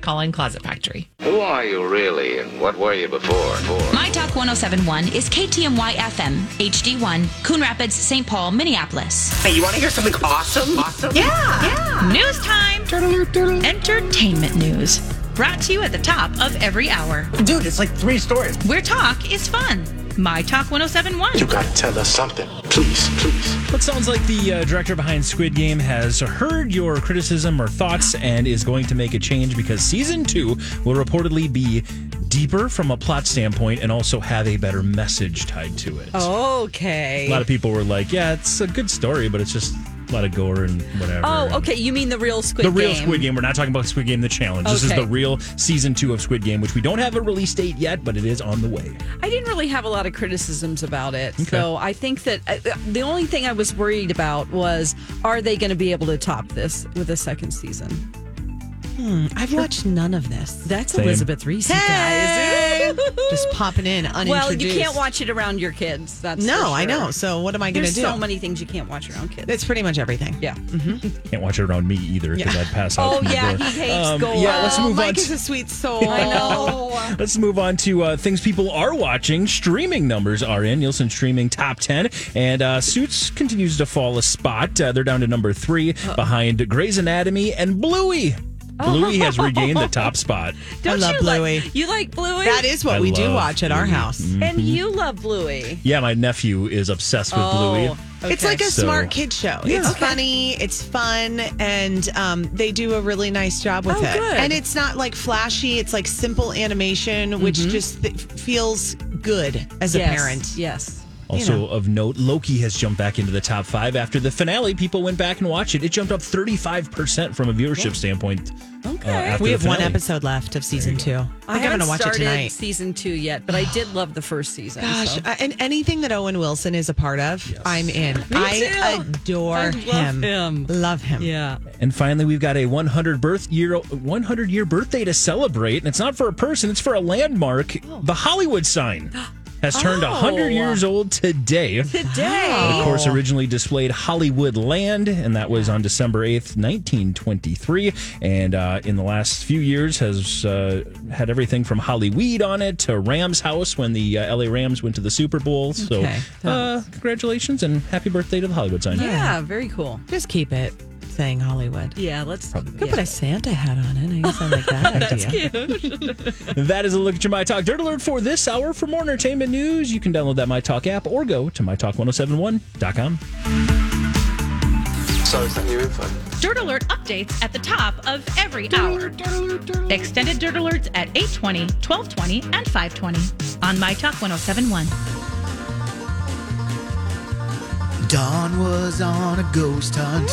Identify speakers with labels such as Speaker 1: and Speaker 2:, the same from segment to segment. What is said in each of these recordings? Speaker 1: calling Closet Factory.
Speaker 2: Who are you really, and what were you before? For?
Speaker 3: My Talk 1071 is KTMY FM, HD1, Coon Rapids, St. Paul, Minneapolis.
Speaker 4: Hey, you want to hear something awesome? Awesome?
Speaker 1: Yeah. yeah. News time. Entertainment news. Brought to you at the top of every hour.
Speaker 4: Dude, it's like three stories.
Speaker 1: Where talk is fun. My Talk 1071.
Speaker 5: You gotta tell us something. Please, please.
Speaker 6: It sounds like the uh, director behind Squid Game has heard your criticism or thoughts and is going to make a change because season two will reportedly be deeper from a plot standpoint and also have a better message tied to it.
Speaker 7: Okay.
Speaker 6: A lot of people were like, yeah, it's a good story, but it's just a lot of gore and whatever.
Speaker 7: Oh,
Speaker 6: and-
Speaker 7: okay. You mean the real Squid
Speaker 6: the
Speaker 7: Game?
Speaker 6: real Squid Game. We're not talking about Squid Game the challenge. This is
Speaker 7: Okay.
Speaker 6: the real season two of Squid Game, which we don't have a release date yet, but it is on the way.
Speaker 7: I didn't really have a lot of criticisms about it. So I think that uh, the only thing I was worried about was are they going to be able to top this with a second season?
Speaker 8: I've watched none of this.
Speaker 7: That's
Speaker 6: Same.
Speaker 7: Elizabeth Reese, you guys.
Speaker 8: Just popping in unintroduced.
Speaker 7: well, you can't watch it around your kids. That's
Speaker 8: No,
Speaker 7: for
Speaker 8: I
Speaker 7: sure.
Speaker 8: know. So what am I going to
Speaker 7: There's
Speaker 8: do?
Speaker 7: so many things you can't watch around kids.
Speaker 8: That's pretty much everything.
Speaker 7: yeah.
Speaker 6: Can't watch it around me either because I'd pass out.
Speaker 7: Oh,
Speaker 6: from the
Speaker 7: yeah,
Speaker 6: door. Um,
Speaker 7: he hates gore.
Speaker 6: Yeah, let's
Speaker 8: Oh,
Speaker 6: move on.
Speaker 8: Mike
Speaker 6: to-
Speaker 8: is a sweet soul.
Speaker 7: I know.
Speaker 6: Let's move on to uh, things people are watching. Streaming numbers are in. Nielsen streaming top 10. And uh, Suits continues to fall a spot. Uh, they're down to number 3 behind Grey's Anatomy and Bluey. Bluey has regained the top spot.
Speaker 7: Don't
Speaker 8: love
Speaker 7: you
Speaker 8: Bluey.
Speaker 7: Like, you like Bluey?
Speaker 8: That is what
Speaker 6: I
Speaker 8: we do
Speaker 6: love
Speaker 8: watch at our house.
Speaker 7: And you love Bluey.
Speaker 6: Yeah, my nephew is obsessed with Bluey.
Speaker 8: It's like a
Speaker 6: So-
Speaker 8: smart kid show. It's funny, it's fun, and um, they do a really nice job with
Speaker 7: Oh,
Speaker 8: it.
Speaker 7: good.
Speaker 8: And it's not like flashy, it's like simple animation, which just th- feels good as a
Speaker 7: Mm-hmm. yes.
Speaker 8: parent.
Speaker 7: Yes.
Speaker 6: Also of note, Loki has jumped back into the top five after the finale. People went back and watched it. It jumped up 35% from a viewership standpoint. uh, Okay.
Speaker 8: We have one episode left of season two. I think
Speaker 7: I
Speaker 8: I'm going
Speaker 7: haven't
Speaker 8: to watch it
Speaker 7: started
Speaker 8: tonight.
Speaker 7: season two yet, but I did love the first season.
Speaker 8: Gosh,
Speaker 7: so.
Speaker 8: uh, and anything that Owen Wilson is a part of, I'm in. I
Speaker 7: too.
Speaker 8: adore
Speaker 7: I love
Speaker 8: him.
Speaker 7: him.
Speaker 8: Love him.
Speaker 7: yeah.
Speaker 6: And finally, we've got a 100 birth year 100 year birthday to celebrate, and it's not for a person; it's for a landmark.
Speaker 7: Oh.
Speaker 6: The Hollywood sign has turned a 100 years old today.
Speaker 7: Today.
Speaker 6: Of course, originally displayed Hollywood Land, and that was on December 8th, 1923. And uh, in the last few years, has uh, had everything from Hollyweed on it to Rams House when the uh, LA Rams went to the Super Bowl. So,
Speaker 8: Okay.
Speaker 6: uh, congratulations and happy birthday to the Hollywood sign.
Speaker 7: Yeah, very cool.
Speaker 8: Just keep it saying Hollywood.
Speaker 7: Yeah, let's.
Speaker 8: Could put a Santa hat on it. I guess I like that idea.
Speaker 6: That is a look at your My Talk Dirt Alert for this hour. For more entertainment news, you can download that My Talk app or go to mytalk1071.com.
Speaker 5: So, is that your info?
Speaker 1: Dirt Alert updates at the top of every hour. Extended Dirt Alerts at 820, 1220, and 520 on My Talk 1071.
Speaker 9: Dawn was on a ghost hunt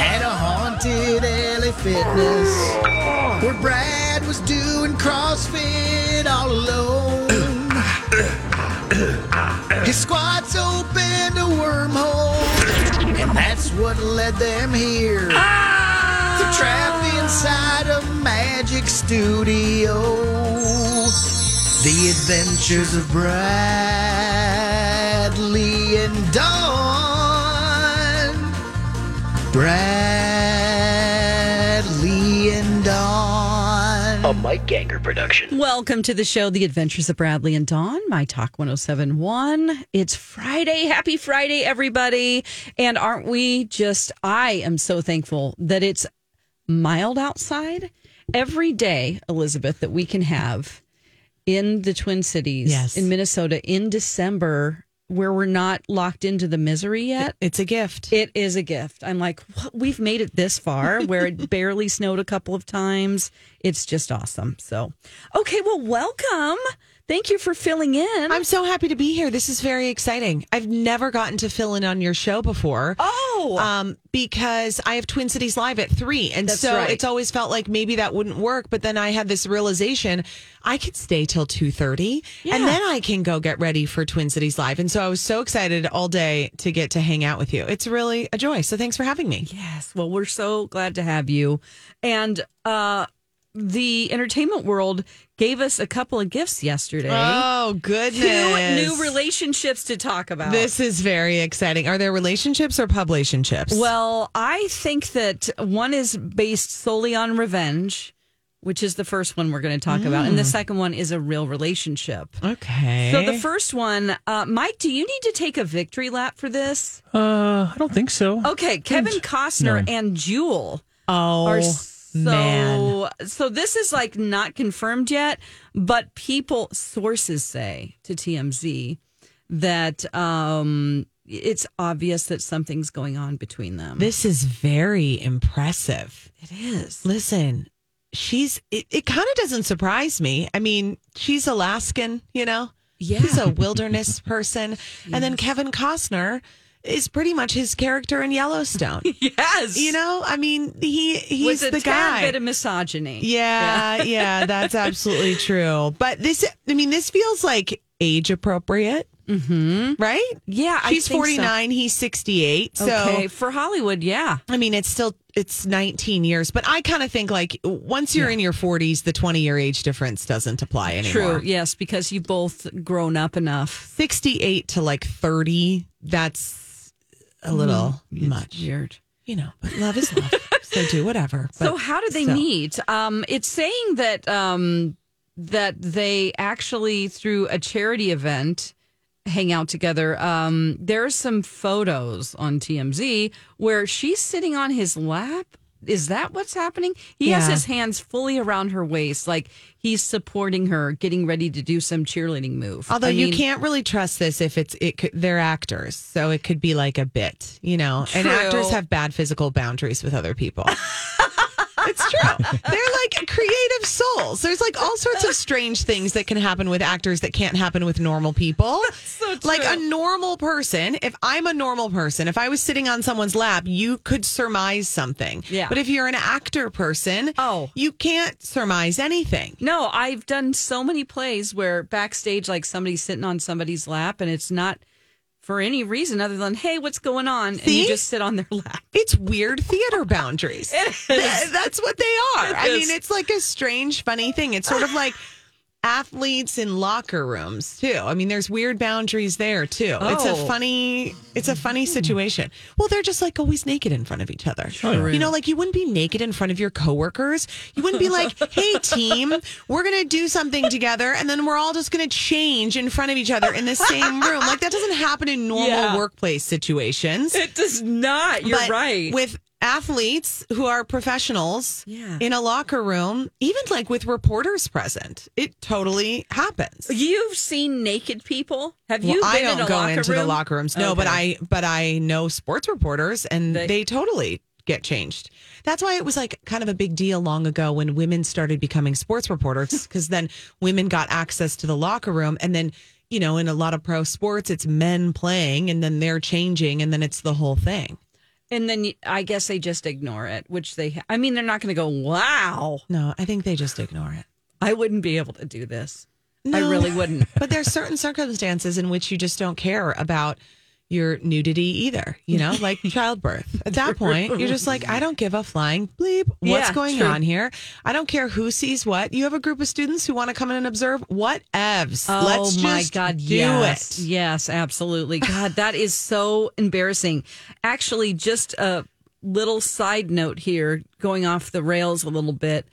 Speaker 9: at a haunted LA Fitness where Brad was doing CrossFit all alone. His squats opened a wormhole, and that's what led them here. To trapped inside a magic studio. The Adventures of Bradley and Dawn. Bradley and Dawn.
Speaker 4: A Mike Ganger production.
Speaker 7: Welcome to the show, The Adventures of Bradley and Dawn, My Talk 1071. It's Friday. Happy Friday, everybody. And aren't we just, I am so thankful that it's mild outside every day, Elizabeth, that we can have in the Twin Cities,
Speaker 8: Yes.
Speaker 7: in Minnesota, in December, where we're not locked into the misery yet.
Speaker 8: It's a gift.
Speaker 7: It is a gift. I'm like, what? we've made it this far where it barely snowed a couple of times. It's just awesome. So, okay, well, welcome. Thank you for filling in.
Speaker 8: I'm so happy to be here. This is very exciting. I've never gotten to fill in on your show before.
Speaker 7: oh,
Speaker 8: Um, because I have Twin Cities Live at three. And
Speaker 7: That's
Speaker 8: so
Speaker 7: right.
Speaker 8: it's always felt like maybe that wouldn't work. But then I had this realization I could stay till two thirty and then I can go get ready for Twin Cities Live. And so I was so excited all day to get to hang out with you. It's really a joy. So thanks for having me.
Speaker 7: yes. Well, we're so glad to have you. And uh, the entertainment world gave us a couple of gifts yesterday.
Speaker 8: Oh
Speaker 7: Two
Speaker 8: goodness.
Speaker 7: new relationships to talk about.
Speaker 8: This is very exciting. Are there relationships or publicationships?
Speaker 7: Well, I think that one is based solely on revenge, which is the first one we're going to talk about. And the
Speaker 8: Mm.
Speaker 7: second one is a real relationship.
Speaker 8: Okay.
Speaker 7: So the first one, uh, Mike, do you need to take a victory lap for this?
Speaker 6: Uh, I don't think so.
Speaker 7: Okay, Kevin Costner and Jewel
Speaker 8: oh
Speaker 7: are so
Speaker 8: man,
Speaker 7: so this is like not confirmed yet, but people sources say to TMZ that um it's obvious that something's going on between them.
Speaker 8: this is very impressive.
Speaker 7: it is.
Speaker 8: Listen, she's. It, it kind of doesn't surprise me. I mean, she's Alaskan, you know.
Speaker 7: Yeah.
Speaker 8: He's a wilderness person, and then Kevin Costner is pretty much his character in Yellowstone.
Speaker 7: yes.
Speaker 8: you know, I mean, he he's
Speaker 7: with a
Speaker 8: the
Speaker 7: tad
Speaker 8: guy.
Speaker 7: bit of misogyny.
Speaker 8: Yeah, yeah, that's absolutely true. But this, I mean, this feels like age appropriate, mm-hmm. right?
Speaker 7: Yeah, I
Speaker 8: She's
Speaker 7: think so.
Speaker 8: forty nine, he's sixty eight. So
Speaker 7: Okay, for Hollywood, yeah.
Speaker 8: I mean, it's still it's nineteen years, but I kind of think like once you're in your forties, the twenty year age difference doesn't apply anymore.
Speaker 7: True, yes, because you both grown up enough.
Speaker 8: sixty eight to like thirty, that's a little
Speaker 7: Mm-hmm.
Speaker 8: much.
Speaker 7: Weird.
Speaker 8: You know, but love is love. so do whatever.
Speaker 7: So
Speaker 8: But-
Speaker 7: how did they
Speaker 8: so.
Speaker 7: meet? Um, it's saying that um, that they actually through a charity event hang out together. Um, there are some photos on TMZ where she's sitting on his lap. Is that what's happening? He has
Speaker 8: Yeah.
Speaker 7: his hands fully around her waist, like he's supporting her, getting ready to do some cheerleading move.
Speaker 8: Although
Speaker 7: I
Speaker 8: you
Speaker 7: mean,
Speaker 8: can't really trust this if it's it could they're actors, so it could be like a bit, you know. And
Speaker 7: True.
Speaker 8: actors have bad physical boundaries with other people. it's true. They're like creative souls. There's like all sorts of strange things that can happen with actors that can't happen with normal people.
Speaker 7: So
Speaker 8: Like a
Speaker 7: true.
Speaker 8: normal person, if I'm a normal person, if I was sitting on someone's lap, you could surmise something.
Speaker 7: Yeah.
Speaker 8: But if you're an actor person,
Speaker 7: Oh.
Speaker 8: you can't surmise anything.
Speaker 7: No, I've done so many plays where backstage, like somebody's sitting on somebody's lap, and it's not for any reason other than, hey, what's going on? And you
Speaker 8: See?
Speaker 7: just sit on their lap.
Speaker 8: It's weird theater boundaries. Th- that's what they are. I
Speaker 7: is.
Speaker 8: mean, it's like a strange, funny thing. It's sort of like athletes in locker rooms too. I mean, there's weird boundaries there too. It's a
Speaker 7: Oh.
Speaker 8: funny, it's a funny situation. Well, they're just like always naked in front of each other. You know, like you wouldn't be naked in front of your coworkers. You wouldn't be like, "Hey, team, we're gonna do something together," and then we're all just gonna change in front of each other in the same room. Like that doesn't happen in normal
Speaker 7: Yeah.
Speaker 8: workplace situations.
Speaker 7: It does not. You're
Speaker 8: But
Speaker 7: right.
Speaker 8: With athletes who are professionals
Speaker 7: Yeah.
Speaker 8: in a locker room, even like with reporters present, it totally happens.
Speaker 7: You've seen naked people? Have
Speaker 8: Well,
Speaker 7: you been
Speaker 8: I
Speaker 7: in
Speaker 8: don't
Speaker 7: a
Speaker 8: go
Speaker 7: locker
Speaker 8: into
Speaker 7: room?
Speaker 8: the locker rooms. No, but I but I know sports reporters and
Speaker 7: They-
Speaker 8: they, totally get changed. That's why it was like kind of a big deal long ago when women started becoming sports reporters because then women got access to the locker room and then you know in a lot of pro sports it's men playing and then they're changing and then it's the whole thing.
Speaker 7: And then y- I guess they just ignore it, which they, I mean, they're not going to go, wow,
Speaker 8: No, I think they just ignore it.
Speaker 7: I wouldn't be able to do this. I
Speaker 8: No.
Speaker 7: really wouldn't.
Speaker 8: but there's certain circumstances in which you just don't care about your nudity either, you know, like childbirth. At that point, you're just like, I don't give a flying bleep what's
Speaker 7: Yeah,
Speaker 8: going
Speaker 7: true.
Speaker 8: on here. I don't care who sees what. You have a group of students who want to come in and observe what evs.
Speaker 7: Oh
Speaker 8: Let's
Speaker 7: my
Speaker 8: just
Speaker 7: God!
Speaker 8: do
Speaker 7: yes,
Speaker 8: it.
Speaker 7: yes, absolutely. God, that is so embarrassing. Actually, just a little side note here, going off the rails a little bit.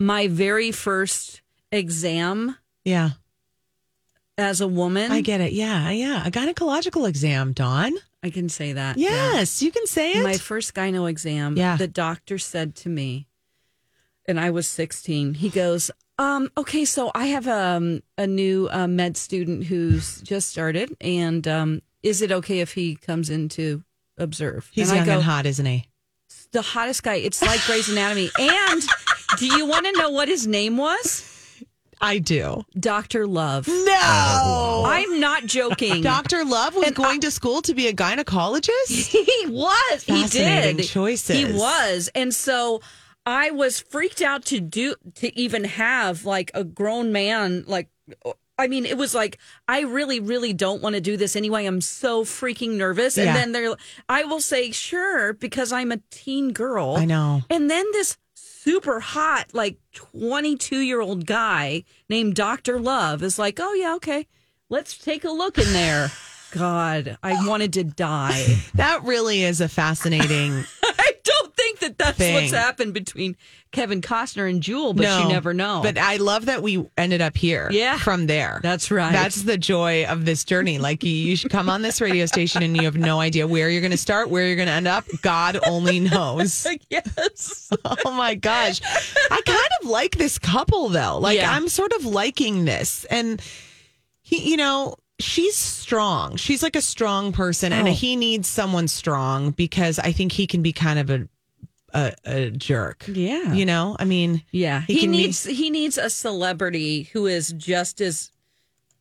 Speaker 7: My very first exam
Speaker 8: Yeah,
Speaker 7: as a woman,
Speaker 8: I get it. Yeah, yeah. A gynecological exam, Dawn.
Speaker 7: I can say that.
Speaker 8: Yes, you can say it.
Speaker 7: My first gyno exam,
Speaker 8: Yeah.
Speaker 7: the doctor said to me, and I was 16, he goes, um, okay, so I have um, a new uh, med student who's just started, and um, is it okay if he comes in to observe?
Speaker 8: He's
Speaker 7: and
Speaker 8: young
Speaker 7: I go,
Speaker 8: and hot, isn't he?
Speaker 7: The hottest guy. It's like Grey's Anatomy. and do you want to know what his name was?
Speaker 8: I do.
Speaker 7: Dr. Love. Oh.
Speaker 8: No.
Speaker 7: I'm not joking.
Speaker 8: Dr. Love was going to school to be a gynecologist?
Speaker 7: he was. He
Speaker 8: Fascinating
Speaker 7: did.
Speaker 8: choices.
Speaker 7: He was, and so I was freaked out to do to even have like a grown man like. I mean, it was like I really, really don't want to do this anyway. I'm so freaking nervous, and
Speaker 8: Yeah.
Speaker 7: then there, I will say sure because I'm a teen girl.
Speaker 8: I know.
Speaker 7: And then this super hot, like 22 year old guy named Dr. Love is like, oh, yeah, okay, let's take a look in there. God, I wanted to die.
Speaker 8: That really is a fascinating.
Speaker 7: I don't think that that that's what's
Speaker 8: thing.
Speaker 7: happened between Kevin Costner and Jewel, but you never know.
Speaker 8: But I love that we ended up here.
Speaker 7: Yeah.
Speaker 8: From there.
Speaker 7: That's right.
Speaker 8: That's the joy of this journey. Like you, you should come on this radio station and you have no idea where you're going to start, where you're going to end up. God only knows.
Speaker 7: yes.
Speaker 8: Oh my gosh. I kind of like this couple though. Like
Speaker 7: Yeah.
Speaker 8: I'm sort of liking this. And he, you know, she's strong. She's like a strong person and
Speaker 7: Oh.
Speaker 8: he needs someone strong because I think he can be kind of a a, a jerk.
Speaker 7: Yeah.
Speaker 8: You know, I mean,
Speaker 7: Yeah,
Speaker 8: He
Speaker 7: he,
Speaker 8: can be-
Speaker 7: needs he needs a celebrity who is just as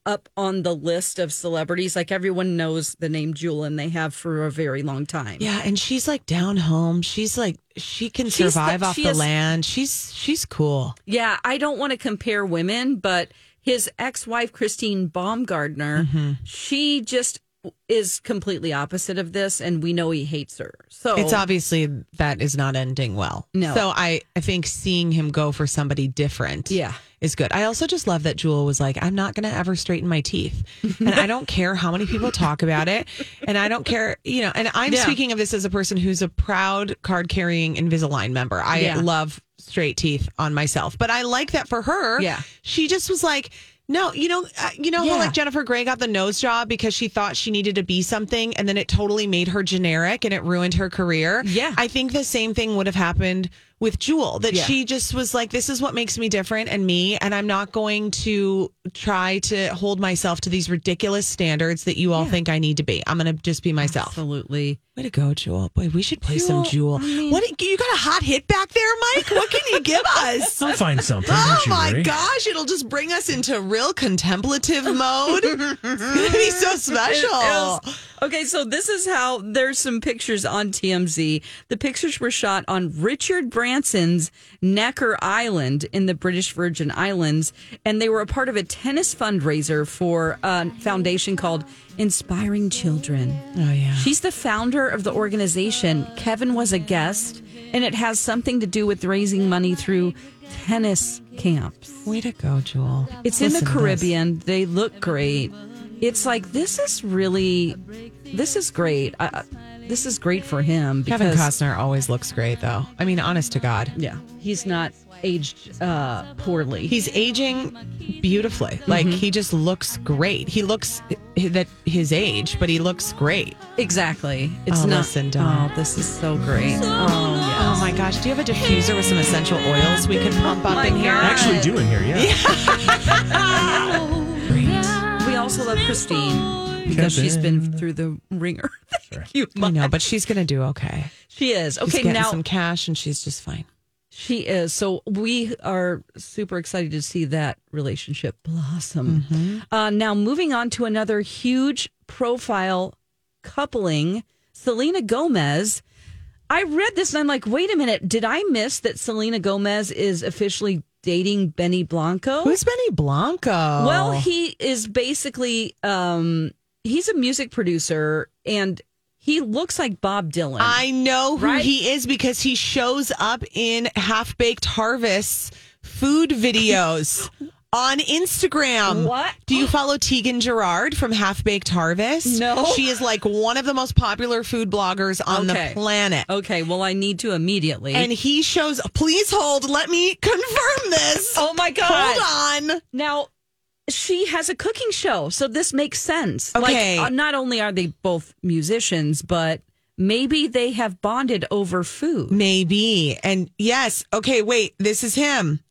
Speaker 7: up on the list of celebrities. Like everyone knows the name Jewel, and they have for a very long time.
Speaker 8: yeah, and she's like down home. She's like she can
Speaker 7: She's the-
Speaker 8: survive off
Speaker 7: she
Speaker 8: the
Speaker 7: is-
Speaker 8: land. She's she's cool.
Speaker 7: Yeah, I don't want to compare women, but his ex-wife Christine Baumgardner,
Speaker 8: Mm-hmm.
Speaker 7: she just is completely opposite of this, and we know he hates her. So
Speaker 8: It's obviously that is not ending well.
Speaker 7: No.
Speaker 8: So I, I think seeing him go for somebody different
Speaker 7: Yeah.
Speaker 8: is good. I also just love that Jewel was like, I'm not going to ever straighten my teeth. And I don't care how many people talk about it. And I don't care, you know, and I'm
Speaker 7: Yeah.
Speaker 8: speaking of this as a person who's a proud card carrying Invisalign member. I
Speaker 7: Yeah.
Speaker 8: love straight teeth on myself, but I like that for her.
Speaker 7: Yeah.
Speaker 8: She just was like, no, you know, uh, you know how
Speaker 7: Yeah.
Speaker 8: like Jennifer Grey got the nose job because she thought she needed to be something, and then it totally made her generic and it ruined her career.
Speaker 7: Yeah.
Speaker 8: I think the same thing would have happened with Jewel that
Speaker 7: Yeah.
Speaker 8: she just was like, "This is what makes me different and me, and I'm not going to try to hold myself to these ridiculous standards that you all think I need to be. I'm going to just be myself."
Speaker 7: absolutely.
Speaker 8: Way to go, Jewel! Boy, we should play some Jewel.
Speaker 7: Jewel, I mean-
Speaker 8: what you got a hot hit back there, Mike? What can you give us?
Speaker 6: I'll find something.
Speaker 8: Oh
Speaker 6: don't you
Speaker 8: my
Speaker 6: worry.
Speaker 8: gosh, it'll just bring us into real contemplative mode. it's gonna be so special.
Speaker 7: It is. Okay, so this is how there's some pictures on TMZ. The pictures were shot on Richard Branson's Necker Island in the British Virgin Islands, and they were a part of a tennis fundraiser for a foundation called Inspiring Children.
Speaker 8: oh yeah.
Speaker 7: She's the founder of the organization. Kevin was a guest, and it has something to do with raising money through tennis camps.
Speaker 8: Way to go, Jewel.
Speaker 7: It's
Speaker 8: Listen
Speaker 7: in the
Speaker 8: to this.
Speaker 7: Caribbean. They look great. It's like this is really, this is great. I, I- this is great for him
Speaker 8: Kevin
Speaker 7: because
Speaker 8: Costner always looks great, though. I mean, honest to God,
Speaker 7: yeah, he's not aged uh, poorly.
Speaker 8: he's aging beautifully.
Speaker 7: Mm-hmm.
Speaker 8: Like he just looks great. He looks h- that his age, but he looks great.
Speaker 7: exactly. It's
Speaker 8: Oh,
Speaker 7: not.
Speaker 8: listen, Dawn.
Speaker 7: Oh, this is so great. Oh
Speaker 8: Oh my gosh, do you have a diffuser with some essential oils we could pump up in here?
Speaker 7: God.
Speaker 6: Actually, doing here, yeah.
Speaker 7: yeah. We also love Christine because she's been through the ringer. Thank you.
Speaker 8: I know, but she's gonna do okay.
Speaker 7: She is
Speaker 8: She's
Speaker 7: okay
Speaker 8: getting
Speaker 7: now. Oh.
Speaker 8: some cash, and she's just fine.
Speaker 7: She is. So we are super excited to see that relationship blossom. Uh, now, moving on to another huge profile coupling Selena Gomez. I read this and I'm like, wait a minute. Did I miss that Selena Gomez is officially dating Benny Blanco?
Speaker 8: Who's Oh. Benny Blanco?
Speaker 7: Well, he is basically um, he's a music producer and he looks like Bob Dylan.
Speaker 8: I know who
Speaker 7: Right?
Speaker 8: he is because he shows up in half baked harvests food videos on Instagram.
Speaker 7: What?
Speaker 8: Do you follow Tegan Gerard from Half Baked Harvest?
Speaker 7: No.
Speaker 8: She is like one of the most popular food bloggers on
Speaker 7: Okay. Oh,
Speaker 8: the planet.
Speaker 7: okay, well, I need to immediately.
Speaker 8: And he shows please hold, let me confirm this.
Speaker 7: oh my God!
Speaker 8: Hold on.
Speaker 7: Now, she has a cooking show, so this makes sense.
Speaker 8: Okay.
Speaker 7: Like, uh, not only are they both musicians, but maybe they have bonded over food.
Speaker 8: Maybe. And yes, okay, wait, this is him.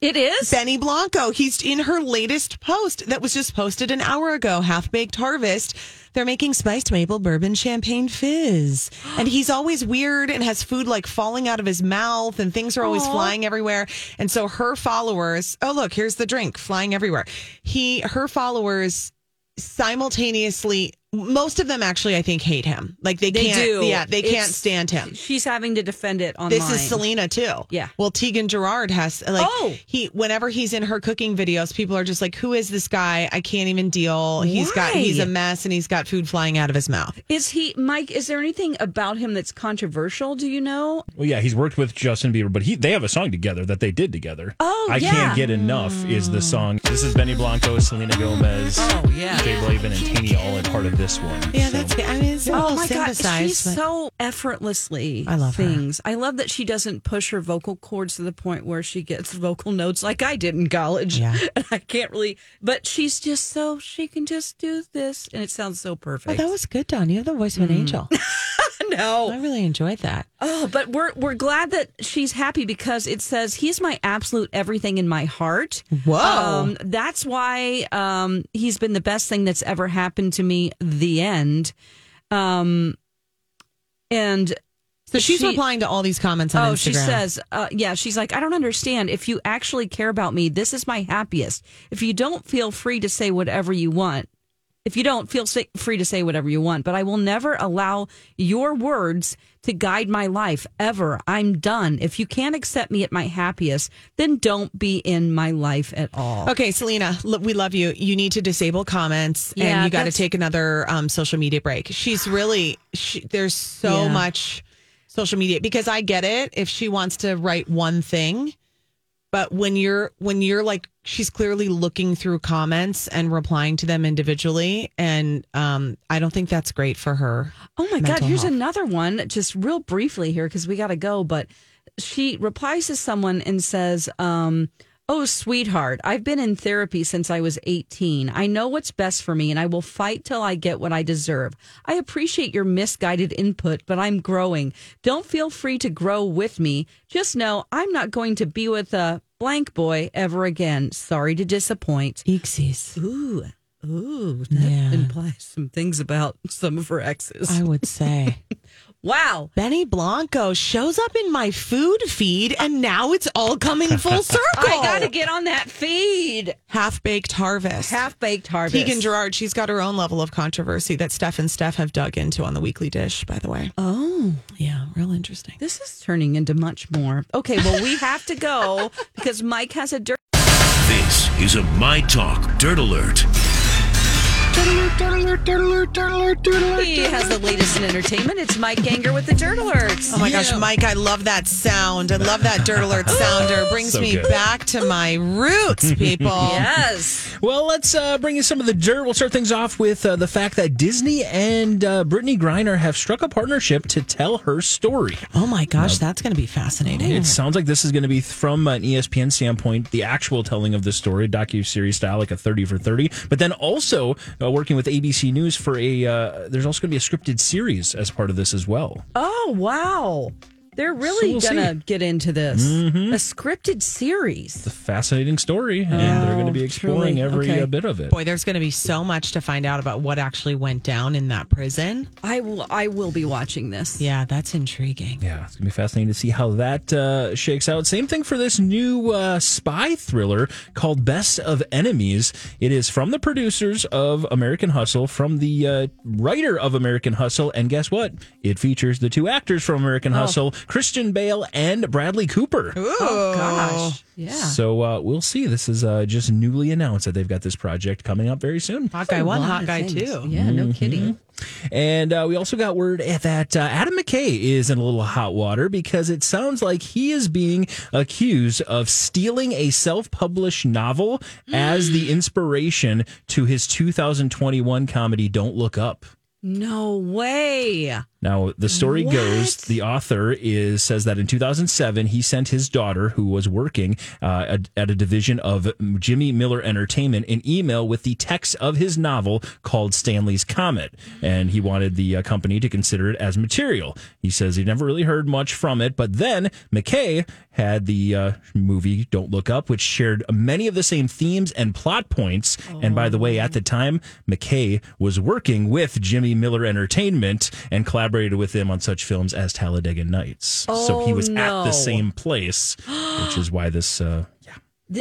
Speaker 7: It is?
Speaker 8: Benny Blanco. He's in her latest post that was just posted an hour ago, Half Baked Harvest. They're making spiced maple bourbon champagne fizz. And he's always weird and has food like falling out of his mouth and things are always flying everywhere. And so her followers, oh look, here's the drink flying everywhere. He her followers simultaneously most of them actually I think hate him. Like they,
Speaker 7: They
Speaker 8: can't
Speaker 7: do.
Speaker 8: yeah, they can't
Speaker 7: It's-
Speaker 8: stand him.
Speaker 7: She's having to defend it online.
Speaker 8: This is Selena too.
Speaker 7: Yeah.
Speaker 8: Well, Tegan Gerard has like
Speaker 7: Oh.
Speaker 8: he whenever he's in her cooking videos, people are just like, "Who is this guy? I can't even deal. He's got
Speaker 7: Why?
Speaker 8: he's a mess and he's got food flying out of his mouth."
Speaker 7: Is he, Mike, is there anything about him that's controversial? Do you know?
Speaker 6: Well, yeah, he's worked with Justin Bieber, but he they have a song together that they did together.
Speaker 7: Oh,
Speaker 6: I
Speaker 7: yeah.
Speaker 6: can't get enough is the song. This is Benny Blanco, Selena Gomez,
Speaker 7: Oh, yeah.
Speaker 6: Jay Blaven, and Taney all in part of this one.
Speaker 8: Yeah,
Speaker 6: So-
Speaker 8: that's. I mean, it's all
Speaker 7: oh my god,
Speaker 8: synthesized,
Speaker 7: she's
Speaker 8: but-
Speaker 7: so effortlessly.
Speaker 8: I love her.
Speaker 7: things. I love that she doesn't push her vocal cords to the point where she gets vocal notes like I did in college.
Speaker 8: Yeah.
Speaker 7: and I can't really. But she's just so she can just do this, and it sounds so
Speaker 8: Oh,
Speaker 7: perfect.
Speaker 8: that was good, Don. You have the voice of an
Speaker 7: Mm.
Speaker 8: angel.
Speaker 7: no,
Speaker 8: I really enjoyed that.
Speaker 7: Oh, but we're we're glad that she's happy because it says he's my absolute everything in my heart.
Speaker 8: Whoa.
Speaker 7: Um, that's why um, he's been the best thing that's ever happened to me. The end. Um, and
Speaker 8: So she's
Speaker 7: She-
Speaker 8: replying to all these comments on
Speaker 7: oh,
Speaker 8: Instagram.
Speaker 7: she says, uh, yeah, she's like, I don't understand. If you actually care about me, this is my happiest. If you don't, feel free to say whatever you want. If you don't, feel sa- free to say whatever you want. But I will never allow your words to guide my life ever. I'm done. If you can't accept me at my happiest, then don't be in my life at all.
Speaker 8: Okay, Selena, l- we love you. You need to disable comments
Speaker 7: Yeah,
Speaker 8: and you got to
Speaker 7: that's-
Speaker 8: take another um, social media break. She's really, she, there's so
Speaker 7: Yeah.
Speaker 8: much social media because I get it if she wants to write one thing. But when you're, when you're like, she's clearly looking through comments and replying to them individually. And um, I don't think that's great for her.
Speaker 7: Oh my God,
Speaker 8: mental
Speaker 7: here's
Speaker 8: health.
Speaker 7: another one, just real briefly here, because we got to go. But she replies to someone and says, um, Oh, sweetheart, I've been in therapy since I was 18. I know what's best for me and I will fight till I get what I deserve. I appreciate your misguided input, but I'm growing. Don't feel free to grow with me. Just know I'm not going to be with a blank boy ever again. Sorry to disappoint.
Speaker 8: Ixies.
Speaker 7: Ooh, ooh, that
Speaker 8: Yeah.
Speaker 7: implies some things about some of her exes.
Speaker 8: I would say.
Speaker 7: wow.
Speaker 8: Benny Blanco shows up in my food feed, and now it's all coming full circle.
Speaker 7: I got to get on that feed.
Speaker 8: Half baked harvest.
Speaker 7: Half baked harvest.
Speaker 8: Keegan Gerard, she's got her own level of controversy that Steph and Steph have dug into on the weekly dish, by the way.
Speaker 7: Oh,
Speaker 8: Yeah, real interesting.
Speaker 7: this is turning into much more. Okay, well, we have to go because Mike has a dirt.
Speaker 10: This is a My Talk Dirt Alert.
Speaker 7: He has the latest in entertainment. It's Mike Ganger with the dirt alerts.
Speaker 8: Oh my gosh, Mike, I love that sound. I love that dirt alert sounder. Brings
Speaker 6: So
Speaker 8: me
Speaker 6: good.
Speaker 8: back to my roots, people.
Speaker 7: Yes.
Speaker 6: Well, let's uh, bring you some of the dirt. We'll start things off with uh, the fact that Disney and uh, Brittany Griner have struck a partnership to tell her story.
Speaker 8: Oh my gosh, that's going to be fascinating.
Speaker 6: It sounds like this is going to be from an E ESPN standpoint, the actual telling of the story, docu series style, like a thirty for thirty. But then also uh, working with ABC News for a. Uh, there's also going to be a scripted series as part of this as well.
Speaker 7: Oh, wow. They're really
Speaker 6: So we'll
Speaker 7: going to get into this.
Speaker 8: Mm-hmm.
Speaker 7: A scripted series.
Speaker 6: It's a fascinating story, and they're going to be
Speaker 7: Oh,
Speaker 6: exploring
Speaker 7: truly.
Speaker 6: every
Speaker 7: Okay.
Speaker 6: uh, bit of it.
Speaker 8: Boy, there's going to be so much to find out about what actually went down in that prison.
Speaker 7: I will I will be watching this.
Speaker 8: Yeah, that's intriguing.
Speaker 6: Yeah, it's gonna be fascinating to see how that uh, shakes out. Same thing for this new uh, spy thriller called Best of Enemies. It is from the producers of American Hustle, from the uh, writer of American Hustle, and guess what? It features the two actors from American Hustle, Christian Bale and Bradley Cooper.
Speaker 7: Oh, gosh. Yeah.
Speaker 6: So uh, we'll see. This is uh, just newly announced that they've got this project coming up very soon.
Speaker 8: Hot guy one,
Speaker 7: A lot
Speaker 8: hot
Speaker 7: of
Speaker 8: guy
Speaker 7: things.
Speaker 8: two.
Speaker 7: Yeah,
Speaker 6: Mm-hmm.
Speaker 7: no kidding.
Speaker 6: And uh, we also got word that uh, Adam McKay is in a little hot water because it sounds like he is being accused of stealing a self published novel as the inspiration to his 2021 comedy Don't Look Up.
Speaker 7: No way. Oh
Speaker 6: Now the story
Speaker 7: What?
Speaker 6: goes: the author is says that in 2007 he sent his daughter, who was working uh, at, at a division of Jimmy Miller Entertainment, an email with the text of his novel called Stanley's Comet, and he wanted the uh, company to consider it as material. He says he never really heard much from it, but then McKay had the uh, movie Don't Look Up, which shared many of the same themes and plot points. And by the way, at the time, McKay was working with Jimmy Miller Entertainment and collaborated with them on such films as Talladega Nights. so he
Speaker 7: Oh,
Speaker 6: was at
Speaker 7: no.
Speaker 6: the same place, which is why this. Uh, yeah,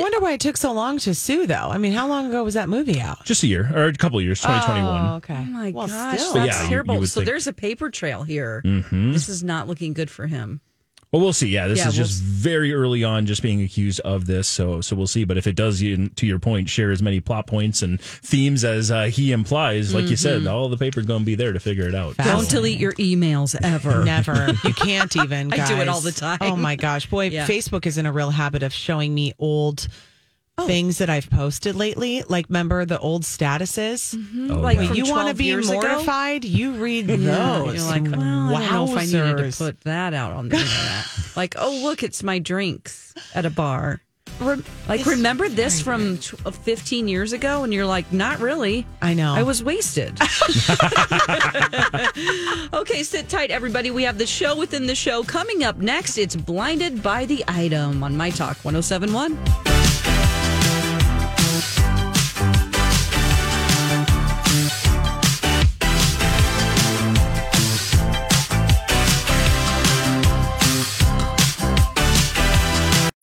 Speaker 8: Wonder why it took so long to sue, though. I mean, how long ago was that movie out?
Speaker 6: just a year or a couple of years, 2021.
Speaker 8: Oh, okay.
Speaker 7: Oh my
Speaker 8: Well,
Speaker 7: gosh,
Speaker 8: still.
Speaker 6: But
Speaker 7: that's
Speaker 6: yeah, you- you
Speaker 7: terrible.
Speaker 6: would
Speaker 7: so
Speaker 6: think- Mm-hmm.
Speaker 7: there's a paper trail here. This is not looking good for him.
Speaker 6: Well, we'll see. Yeah, this
Speaker 7: Yeah,
Speaker 6: is
Speaker 7: we'll
Speaker 6: just
Speaker 7: s-
Speaker 6: very early on, just being accused of this. So, so we'll see. But if it does, you- to your point, share as many plot points and themes as uh, he implies, like you
Speaker 7: Mm-hmm.
Speaker 6: said, all the paper's going to be there to figure it out.
Speaker 7: Don't delete your emails ever.
Speaker 8: Never. You can't even.
Speaker 7: I do it
Speaker 8: guys.
Speaker 7: all the time.
Speaker 8: Oh my gosh, boy!
Speaker 7: Yeah.
Speaker 8: Facebook is in a real habit of showing me old
Speaker 7: Oh.
Speaker 8: things that I've posted lately. Like, remember the old statuses?
Speaker 6: Oh,
Speaker 7: like
Speaker 6: yeah.
Speaker 8: When
Speaker 7: Mm-hmm. from
Speaker 8: you want to
Speaker 7: 12
Speaker 8: be
Speaker 7: years ago?
Speaker 8: mortified, you read
Speaker 7: No,
Speaker 8: those.
Speaker 7: You're like, well, I don't know if I needed
Speaker 8: Wowzers.
Speaker 7: to put that out on the internet. like, oh, look, it's my drinks at a bar.
Speaker 8: Rem-
Speaker 7: Like, remember this from tw- uh, 15 years ago? And you're like, not really.
Speaker 8: I know.
Speaker 7: I was wasted. okay, sit tight, everybody. We have the show within the show coming up next. It's Blinded by the Item on My Talk 1071.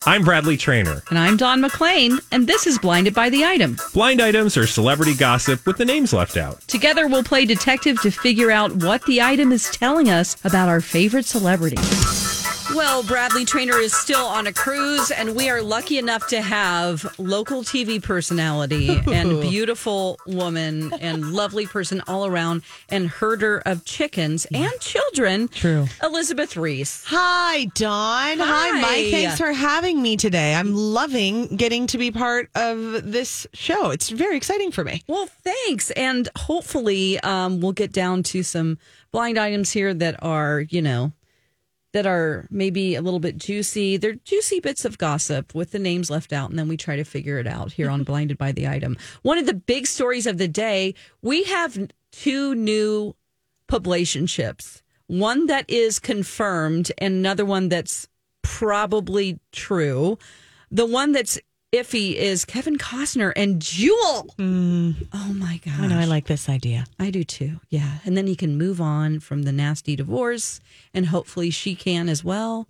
Speaker 11: I'm Bradley Trainer.
Speaker 7: And I'm Don McClain, and this is Blinded by the Item.
Speaker 11: Blind items are celebrity gossip with the names left out.
Speaker 7: Together, we'll play detective to figure out what the item is telling us about our favorite celebrity. Well, Bradley Trainer is still on a cruise, and we are lucky enough to have local TV personality and beautiful woman and lovely person all around, and herder of chickens and children.
Speaker 8: True.
Speaker 7: Elizabeth Reese.
Speaker 8: Hi, Dawn. Hi.
Speaker 7: Hi.
Speaker 8: Mike. Thanks for having me today. I'm loving getting to be part of this show. It's very exciting for me.
Speaker 7: Well, thanks, and hopefully, um, we'll get down to some blind items here that are, you know, that are maybe a little bit juicy. They're juicy bits of gossip with the names left out, and then we try to figure it out here on
Speaker 8: Mm-hmm.
Speaker 7: Blinded by the Item. One of the big stories of the day we have two new publicationships one that is confirmed, and another one that's probably true. The one that's iffy is Kevin Costner and Jewel. Oh my gosh.
Speaker 8: Mm. I know I like this idea.
Speaker 7: I do too. Yeah. And then he can move on from the nasty divorce and hopefully she can as well.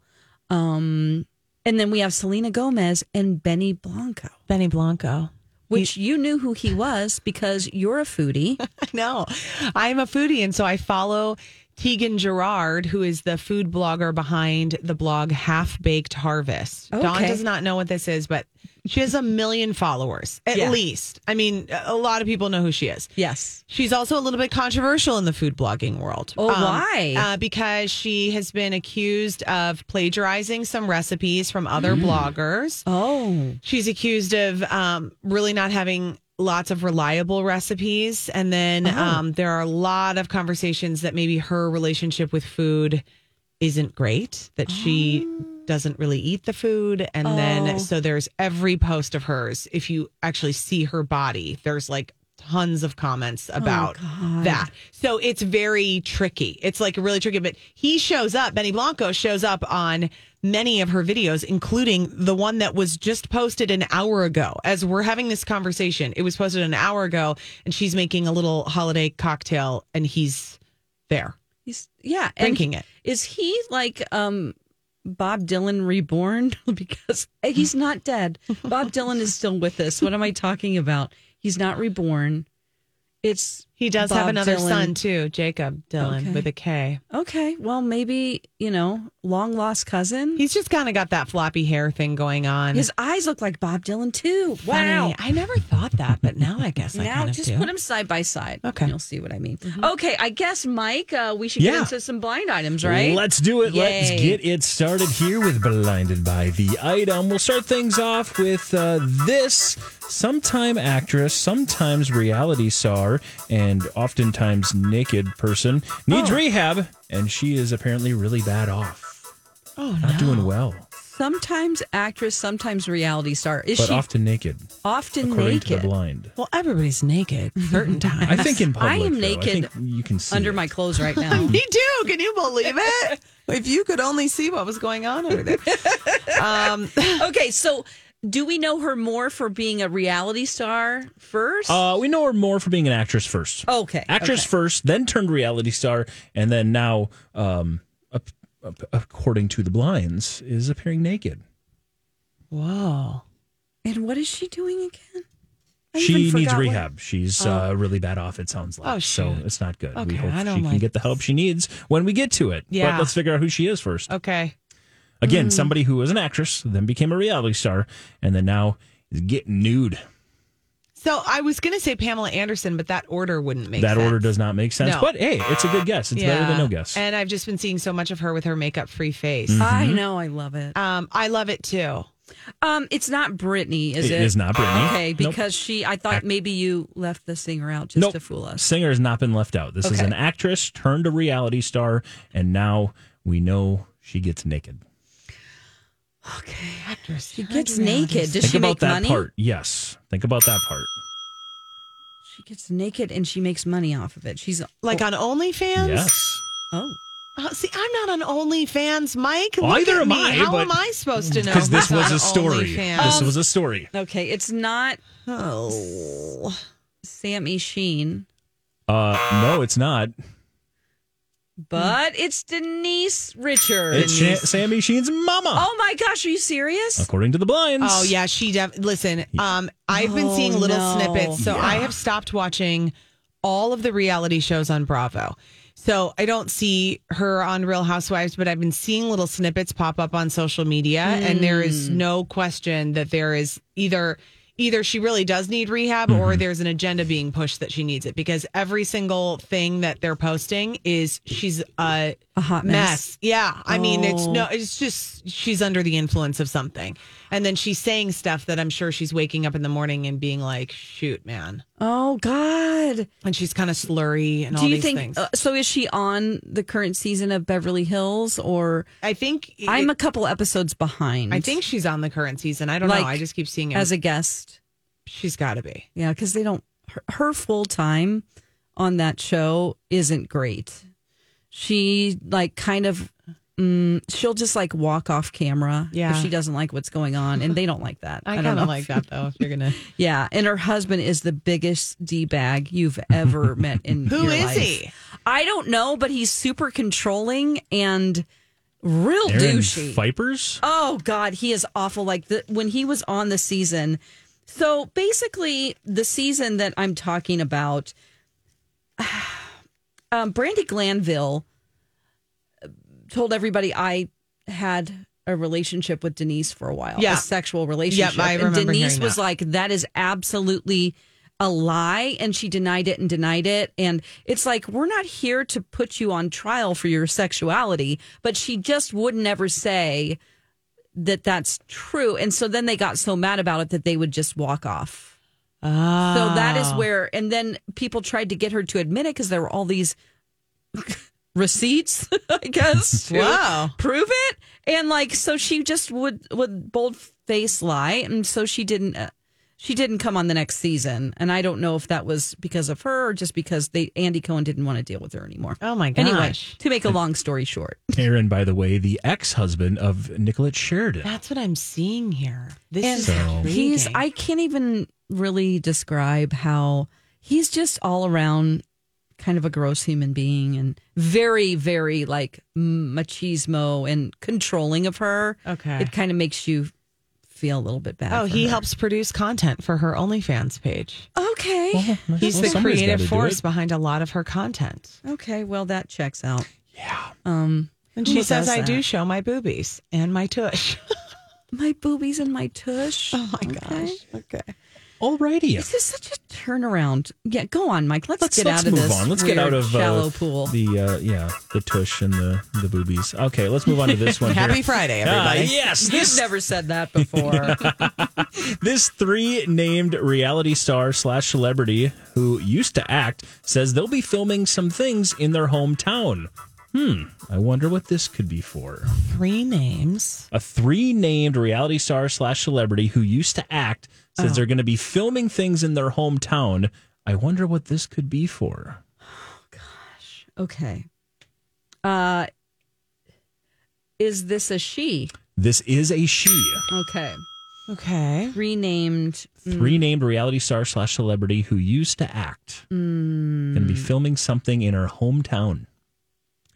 Speaker 7: Um and then we have Selena Gomez and Benny Blanco,
Speaker 8: Benny Blanco.
Speaker 7: which you knew who he was because you're a foodie.
Speaker 8: I know. I'm a foodie, and so I follow Tegan Gerard, who is the food blogger behind the blog Half Baked Harvest. Dawn
Speaker 7: Okay.
Speaker 8: does not know what this is, but she has a million followers at
Speaker 7: Yeah.
Speaker 8: least. I mean, a lot of people know who she is.
Speaker 7: Yes.
Speaker 8: She's also a little bit controversial in the food blogging world.
Speaker 7: Oh, why?
Speaker 8: Uh, because she has been accused of plagiarizing some recipes from
Speaker 7: Mm.
Speaker 8: other bloggers.
Speaker 7: Oh.
Speaker 8: She's accused of um, really not having lots of reliable recipes. And then um, there are a lot of conversations that maybe her relationship with food isn't great, that she doesn't really eat the food. And
Speaker 7: Oh.
Speaker 8: then, so there's every post of hers. If you actually see her body, there's like tons of comments about
Speaker 7: God.
Speaker 8: that. So it's very tricky. It's like really tricky. But he shows up, Benny Blanco shows up on many of her videos, including the one that was just posted an hour ago. As we're having this conversation, it was posted an hour ago, and she's making a little holiday cocktail, and he's there
Speaker 7: He's yeah, and
Speaker 8: drinking it.
Speaker 7: is he like um Bob Dylan reborn because eh, he's not dead. Bob Dylan is still with us. What am I talking about? He's not reborn. It's
Speaker 8: He does
Speaker 7: Bob
Speaker 8: have another
Speaker 7: Dylan.
Speaker 8: son too, Jacob Dylan
Speaker 7: Okay.
Speaker 8: with a K.
Speaker 7: Okay, well, maybe you know, long lost cousin.
Speaker 8: He's just kind of got that floppy hair thing going on.
Speaker 7: His eyes look like Bob Dylan too.
Speaker 8: Funny.
Speaker 7: Wow.
Speaker 8: I never thought that, but now I guess I
Speaker 7: Now
Speaker 8: kind of
Speaker 7: just
Speaker 8: do.
Speaker 7: put them side by side.
Speaker 8: Okay.
Speaker 7: and you'll see what I mean. Okay, I guess Mike, uh, we should get
Speaker 6: Mm-hmm. Yeah.
Speaker 7: into some blind items, right?
Speaker 6: Let's do it. Let's
Speaker 7: Yay.
Speaker 6: get it started here with Blinded by the Item. We'll start things off with uh, this sometime actress, sometimes reality star, and oftentimes naked person needs
Speaker 7: Oh.
Speaker 6: rehab, and she is apparently really bad off.
Speaker 8: oh
Speaker 6: Not doing well,
Speaker 7: Sometimes actress, sometimes reality star. Is
Speaker 6: but
Speaker 7: she
Speaker 6: often naked,
Speaker 7: often
Speaker 6: according to the
Speaker 7: naked?
Speaker 6: blind.
Speaker 8: Well, everybody's naked certain times.
Speaker 6: I think in public,
Speaker 7: I am
Speaker 6: though, I
Speaker 7: naked
Speaker 6: think you can see
Speaker 7: Under
Speaker 6: it.
Speaker 7: my clothes right now.
Speaker 8: Me too. Can you believe it? if you could only see what was going on over there. Um,
Speaker 7: okay, so do we know her more for being a reality star first?
Speaker 6: Uh, we know her more for being an actress first.
Speaker 7: okay,
Speaker 6: actress
Speaker 7: okay.
Speaker 6: first, then turned reality star, and then now, um, up, up, according to the blinds, is appearing naked.
Speaker 8: whoa.
Speaker 7: And what is she doing again? I even
Speaker 6: She
Speaker 7: forgot
Speaker 6: needs
Speaker 7: what-
Speaker 6: rehab. She's uh, really bad off. It sounds like
Speaker 8: Oh,
Speaker 6: so
Speaker 8: shoot.
Speaker 6: it's not good. we
Speaker 8: Okay,
Speaker 6: hope
Speaker 8: I
Speaker 6: she
Speaker 8: don't
Speaker 6: can
Speaker 8: like
Speaker 6: get the help she needs when we get to it.
Speaker 8: Yeah. Mm.
Speaker 6: but let's figure out who she is first.
Speaker 8: Okay.
Speaker 6: Again, somebody who was an actress, then became a reality star, and then now is getting nude.
Speaker 8: So I was going to say Pamela Anderson, but that order wouldn't make
Speaker 6: that
Speaker 8: sense.
Speaker 6: order does not make sense.
Speaker 8: No.
Speaker 6: But hey, it's a good guess. It's better than no guess. Mm. Mm-hmm.
Speaker 8: And I've just been seeing so much of her with her makeup free face.
Speaker 7: I know, I love it.
Speaker 8: Um, I love it too.
Speaker 7: Um, it's not Brittany, is
Speaker 6: It
Speaker 7: it?
Speaker 6: is not Britney.
Speaker 7: Okay,
Speaker 6: Nope.
Speaker 7: because she. I thought maybe you left the singer out just to fool us.
Speaker 6: Singer has not been left out. This is
Speaker 7: Okay.
Speaker 6: an actress turned a reality star, and now we know she gets naked.
Speaker 7: She gets naked. Does
Speaker 6: Think
Speaker 7: she
Speaker 6: about
Speaker 7: make
Speaker 6: that
Speaker 7: money?
Speaker 6: part. Yes. Think about that part.
Speaker 7: She gets naked and she makes money off of it. She's
Speaker 8: Like on OnlyFans?
Speaker 6: Yes.
Speaker 7: Oh,
Speaker 8: Uh, see, I'm not on OnlyFans, Mike.
Speaker 6: Well,
Speaker 8: Look
Speaker 6: either
Speaker 8: at
Speaker 6: am
Speaker 8: me.
Speaker 6: I,
Speaker 8: How
Speaker 6: but-
Speaker 8: am I supposed to know?
Speaker 6: Because this
Speaker 8: who's
Speaker 6: was
Speaker 8: on
Speaker 6: a story. Oh,
Speaker 8: OnlyFans?
Speaker 6: This was a story.
Speaker 7: oh, okay. It's not
Speaker 8: oh.
Speaker 7: Sammy Sheen,
Speaker 6: Uh, no, it's not.
Speaker 7: but it's Denise Richards.
Speaker 6: Hmm. It's Sha- Sammy Sheen's mama,
Speaker 7: oh my gosh, are you serious?
Speaker 6: according to the blinds.
Speaker 8: Oh yeah, she def- listen. Um, I've been
Speaker 7: Oh,
Speaker 8: seeing little
Speaker 7: no.
Speaker 8: snippets, so I have stopped watching all of the reality shows on Bravo. So I don't see her on Real Housewives, but I've been seeing little snippets pop up on social media, and there is
Speaker 7: Hmm.
Speaker 8: no question that there is either either she really does need rehab or there's an agenda being pushed that she needs it because every single thing that they're posting is she's a
Speaker 7: A hot mess.
Speaker 8: mess. Yeah. I mean, it's
Speaker 7: Oh.
Speaker 8: no, it's just she's under the influence of something. And then she's saying stuff that I'm sure she's waking up in the morning and being like, shoot, man.
Speaker 7: Oh God.
Speaker 8: And she's kind of slurry and all
Speaker 7: Do you
Speaker 8: these
Speaker 7: think
Speaker 8: things.
Speaker 7: uh, so? Is she on the current season of Beverly Hills, or
Speaker 8: I think
Speaker 7: I'm
Speaker 8: I'm
Speaker 7: a couple episodes behind?
Speaker 8: I think she's on the current season. I don't
Speaker 7: Like,
Speaker 8: know. I just keep seeing it.
Speaker 7: as a guest.
Speaker 8: she's got to be.
Speaker 7: Yeah, because they don't. Her, her full time on that show isn't great. She like kind of. Mm, she'll just like walk off camera
Speaker 8: Yeah.
Speaker 7: if she doesn't like what's going on, and they don't like that.
Speaker 8: I,
Speaker 7: don't
Speaker 8: kind
Speaker 7: know.
Speaker 8: of like that though. If you're gonna,
Speaker 7: Yeah, and her husband is the biggest d bag you've ever met in
Speaker 8: Who
Speaker 7: your
Speaker 8: is
Speaker 7: life.
Speaker 8: he?
Speaker 7: I don't know, but he's super controlling and real
Speaker 6: Aaron
Speaker 7: douchey.
Speaker 6: Vipers?
Speaker 7: Oh God, he is awful. Like the, when he was on the season. So basically, the season that I'm talking about, um, Brandy Glanville uh, told everybody I had a relationship with Denise for a while,
Speaker 8: Yeah.
Speaker 7: a sexual relationship.
Speaker 8: I
Speaker 7: and
Speaker 8: remember
Speaker 7: Denise
Speaker 8: hearing
Speaker 7: was
Speaker 8: that.
Speaker 7: like, "That is absolutely." A lie, and she denied it and denied it. And it's like, we're not here to put you on trial for your sexuality, but she just would never say, that that's true. And so then they got so mad about it that they would just walk off.
Speaker 8: uh,
Speaker 7: So that
Speaker 8: Oh.
Speaker 7: is where, and then people tried to get her to admit it because there were all these receipts, I guess, to
Speaker 8: Wow.
Speaker 7: prove it. And like, so she just would would bold face lie, and so she didn't. Uh, she didn't come on the next season, and I don't know if that was because of her or just because they Andy Cohen didn't want to deal with her anymore.
Speaker 8: Oh my
Speaker 7: Anyway,
Speaker 8: gosh.
Speaker 7: to make a long story short,
Speaker 6: Aaron, by the way, the ex husband of Nicolette Sheridan.
Speaker 8: that's what I'm seeing here. This
Speaker 7: And
Speaker 8: is
Speaker 6: So-
Speaker 7: he's
Speaker 8: intriguing.
Speaker 7: I can't even really describe how he's just all around kind of a gross human being and very very like machismo and controlling of her.
Speaker 8: Okay.
Speaker 7: It kind of makes you feel a little bit bad.
Speaker 8: Oh,
Speaker 7: for
Speaker 8: he
Speaker 7: her.
Speaker 8: helps produce content for her OnlyFans page.
Speaker 7: Okay.
Speaker 6: Oh.
Speaker 8: He's the
Speaker 6: somebody's gotta do
Speaker 8: creative
Speaker 6: it.
Speaker 8: force behind a lot of her content.
Speaker 7: Okay, well that checks out.
Speaker 8: And
Speaker 7: Who
Speaker 8: she says,
Speaker 7: does
Speaker 8: I do
Speaker 7: that?
Speaker 8: show my boobies and my tush. Oh
Speaker 7: My boobies and my tush. Oh my gosh.
Speaker 8: okay.
Speaker 6: Alrighty.
Speaker 7: This is such a turnaround. Yeah, go on, Mike. Let's,
Speaker 6: Let's,
Speaker 7: get
Speaker 6: let's
Speaker 7: out of
Speaker 6: move
Speaker 7: this.
Speaker 6: on. Let's get out
Speaker 7: weird,
Speaker 6: of
Speaker 7: shallow
Speaker 6: uh,
Speaker 7: pool.
Speaker 6: The uh, yeah, the tush and the the boobies. Okay, let's move on to this one. here.
Speaker 8: Happy Friday,
Speaker 6: Ah,
Speaker 8: everybody.
Speaker 6: yes,
Speaker 7: You've
Speaker 6: this
Speaker 7: never said that before.
Speaker 6: This three named reality star slash celebrity who used to act says they'll be filming some things in their hometown. Hmm, I wonder what this could be for.
Speaker 8: Three names.
Speaker 6: A three named reality star slash celebrity who used to act says
Speaker 7: Oh.
Speaker 6: they're going to be filming things in their hometown. I wonder what this could be for.
Speaker 7: Okay. Uh is this a she?
Speaker 6: This is a she.
Speaker 7: Okay.
Speaker 8: Okay.
Speaker 7: Renamed mm,
Speaker 6: Three named reality star slash celebrity who used to act.
Speaker 7: Mm.
Speaker 6: Going to be filming something in her hometown.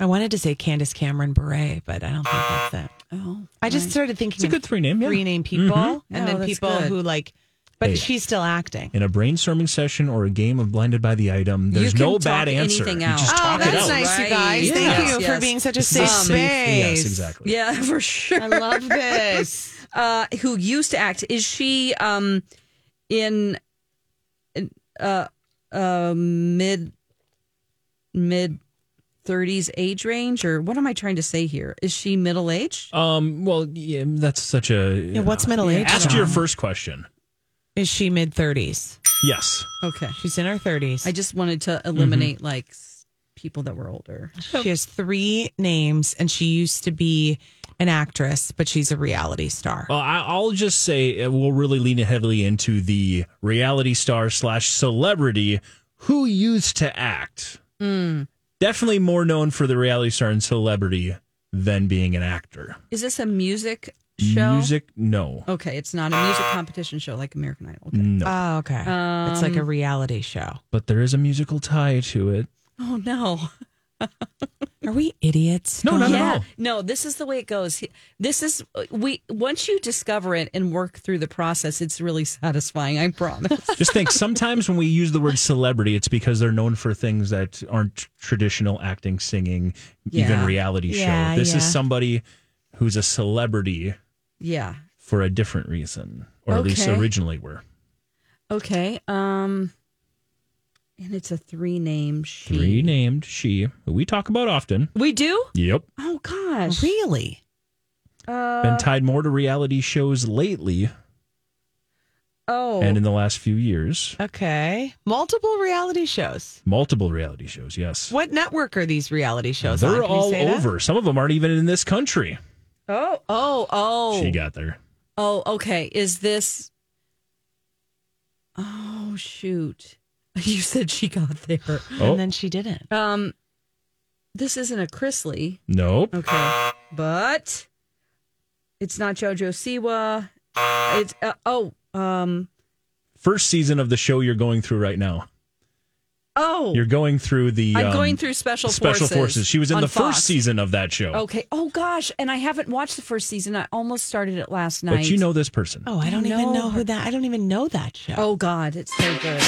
Speaker 8: I wanted to say Candace Cameron Bure, but I don't think that's it.
Speaker 7: Oh.
Speaker 8: I just started thinking
Speaker 6: It's a
Speaker 8: of
Speaker 6: good three name. Yeah.
Speaker 8: three name people
Speaker 7: No,
Speaker 8: and then
Speaker 7: Mm-hmm. Oh, that's
Speaker 8: people
Speaker 7: good.
Speaker 8: who like, but
Speaker 6: Hey.
Speaker 8: she's still acting.
Speaker 6: in a brainstorming session or a game of blinded by the item, there's
Speaker 7: can
Speaker 6: no
Speaker 7: talk
Speaker 6: bad answer.
Speaker 7: anything
Speaker 6: You
Speaker 7: out.
Speaker 6: just
Speaker 7: Oh,
Speaker 6: talk it
Speaker 7: that's
Speaker 6: out.
Speaker 7: nice. Right. Yes, yes.
Speaker 8: such
Speaker 6: This is a safe- Yes, exactly.
Speaker 7: Yeah, for sure.
Speaker 8: I love this.
Speaker 7: Uh who used to act. Is she um in in, uh uh mid mid 30s age range, or what am I trying to say here? Is she middle aged?
Speaker 6: Um, well, yeah, that's such a.
Speaker 8: Yeah, what's middle age,
Speaker 6: Ask your
Speaker 8: John?
Speaker 6: first question.
Speaker 8: Is she mid 30s?
Speaker 6: Yes.
Speaker 7: Okay.
Speaker 8: She's in her 30s.
Speaker 7: I just wanted to eliminate like s- people that were older.
Speaker 8: She has three names, and she used to be an actress, but she's a reality star.
Speaker 6: Well, I, I'll just say uh, we'll really lean heavily into the reality star slash celebrity who used to act.
Speaker 7: Hmm.
Speaker 6: Definitely more known for the reality star and celebrity than being an actor.
Speaker 7: Is this a music show?
Speaker 6: Music, no.
Speaker 7: Okay, it's not a music competition show like American Idol. Okay.
Speaker 6: No.
Speaker 8: Oh, okay. it's like a reality show.
Speaker 6: but there is a musical tie to it.
Speaker 7: Oh no.
Speaker 8: Are we idiots?
Speaker 6: No, not at
Speaker 7: yeah.
Speaker 6: all.
Speaker 7: No, this is the way it goes. This is uh, we once you discover it and work through the process, it's really satisfying, I promise.
Speaker 6: Just think sometimes when we use the word celebrity, it's because they're known for things that aren't traditional acting, singing, even
Speaker 7: Yeah.
Speaker 6: reality
Speaker 8: Yeah,
Speaker 6: show. This
Speaker 8: yeah.
Speaker 6: is somebody who's a celebrity
Speaker 7: yeah.
Speaker 6: for a different reason, or at least
Speaker 7: Okay.
Speaker 6: originally were.
Speaker 7: Okay. Um and it's a three name she.
Speaker 6: Three named she, who we talk about often.
Speaker 7: We do?
Speaker 6: Yep.
Speaker 7: Oh gosh.
Speaker 8: Really?
Speaker 6: Been tied more to reality shows lately
Speaker 7: Oh.
Speaker 6: and in the last few years.
Speaker 8: Okay. Multiple reality shows.
Speaker 6: Multiple reality shows, yes.
Speaker 8: What network are these reality shows on?
Speaker 6: They're
Speaker 8: Can you
Speaker 6: all
Speaker 8: say that?
Speaker 6: over. Some of them aren't even in this country.
Speaker 7: oh, oh, oh.
Speaker 6: She got there.
Speaker 7: Oh, okay. Is this? Oh shoot! You said she got there.
Speaker 6: Oh,
Speaker 8: And then she didn't.
Speaker 7: Um, this isn't a Chrisley,
Speaker 6: nope.
Speaker 7: okay? But it's not JoJo Siwa. It's uh, oh um
Speaker 6: First season of the show you're going through right now.
Speaker 7: oh.
Speaker 6: You're going through the.
Speaker 7: I'm
Speaker 6: um,
Speaker 7: going through special
Speaker 6: Special
Speaker 7: forces.
Speaker 6: Forces. She was in
Speaker 7: on
Speaker 6: the
Speaker 7: Fox.
Speaker 6: first season of that show.
Speaker 7: Okay. Oh gosh, and I haven't watched the first season. I almost started it last night.
Speaker 6: But you know this person.
Speaker 8: Oh, I don't even know who that. I don't even know that show.
Speaker 7: Oh God, it's so good.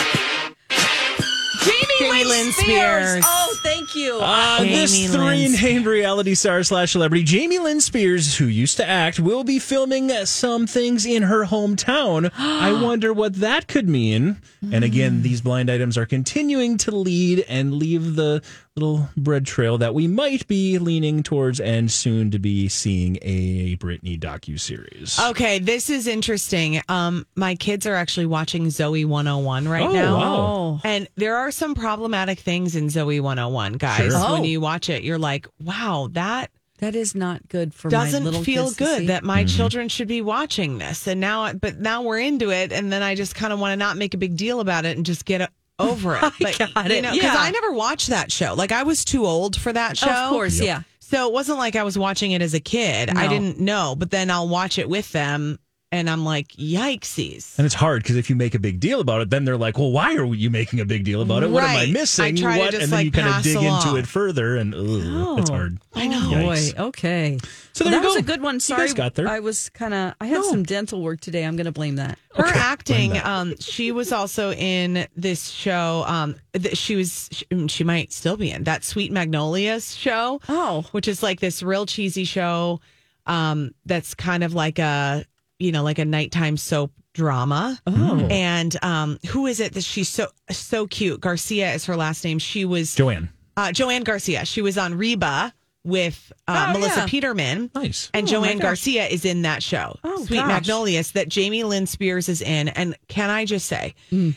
Speaker 7: Jamie,
Speaker 8: Jamie
Speaker 7: Lynn,
Speaker 8: Lynn
Speaker 7: Spears.
Speaker 8: Spears.
Speaker 7: Oh, thank you.
Speaker 6: Uh,
Speaker 8: Jamie
Speaker 6: this
Speaker 8: Lynn
Speaker 6: three
Speaker 8: Spears.
Speaker 6: named reality star slash celebrity, Jamie Lynn Spears, who used to act, will be filming some things in her hometown. I wonder what that could mean. And again, these blind items are continuing to lead and leave the little bread trail that we might be leaning towards and soon to be seeing a Britney docu series.
Speaker 8: Oh. Okay, this is interesting. Um, my kids are actually watching Zoe 101 right
Speaker 6: Oh,
Speaker 8: now.
Speaker 6: wow.
Speaker 8: And there are some problematic things in Zoe 101, guys.
Speaker 6: Sure.
Speaker 8: When
Speaker 7: Oh.
Speaker 8: you watch it, you're like, wow, that
Speaker 7: That is not good for my
Speaker 8: doesn't
Speaker 7: little
Speaker 8: feel
Speaker 7: kids to see.
Speaker 8: good that my children should be watching this. And now, I- but now we're into it. And then I just kind of want to not make a big deal about it and just get o- over it. but,
Speaker 7: got
Speaker 8: You
Speaker 7: it.
Speaker 8: know,
Speaker 7: Yeah.
Speaker 8: Because I never watched that show. Like I was too old for that show.
Speaker 7: Of course, yeah.
Speaker 8: So it wasn't like I was watching it as a kid. I
Speaker 7: No.
Speaker 8: didn't know, but then I'll watch it with them and I'm like, yikesies.
Speaker 6: And it's hard because if you make a big deal about it, then they're like, "Well, why are you making a big deal about it? What am I
Speaker 8: Right. I
Speaker 6: missing?
Speaker 8: try to
Speaker 6: what?"
Speaker 8: just,
Speaker 6: and then
Speaker 8: like,
Speaker 6: you kind of
Speaker 8: pass
Speaker 6: dig
Speaker 8: along.
Speaker 6: into it further, and ugh, it's hard.
Speaker 7: I know.
Speaker 6: Yikes.
Speaker 7: Oh, Boy, okay.
Speaker 6: So there
Speaker 7: that
Speaker 6: you
Speaker 7: was
Speaker 6: go.
Speaker 7: a good one.
Speaker 6: You
Speaker 7: Sorry,
Speaker 6: guys got there.
Speaker 7: I was kind of. I had some dental work today. I'm going to blame that.
Speaker 8: Her acting, um, she was also in this show. Um, that she was, she, she might still be in that Sweet Magnolias show.
Speaker 7: Oh.
Speaker 8: which is like this real cheesy show. Um, that's kind of like a, you know, like a nighttime soap drama. Oh, and um, who is it that she's so so cute? Garcia is her last name. She was
Speaker 6: Joanne,
Speaker 8: uh, Joanne Garcia. She was on Reba with uh,
Speaker 7: Oh,
Speaker 8: Melissa
Speaker 7: yeah.
Speaker 8: Peterman.
Speaker 6: nice.
Speaker 8: And
Speaker 7: Oh, my
Speaker 8: Joanne
Speaker 7: gosh.
Speaker 8: Garcia is in that show,
Speaker 7: Oh,
Speaker 8: Sweet
Speaker 7: gosh.
Speaker 8: Magnolias, that Jamie Lynn Spears is in. And can I just say,
Speaker 7: Mm.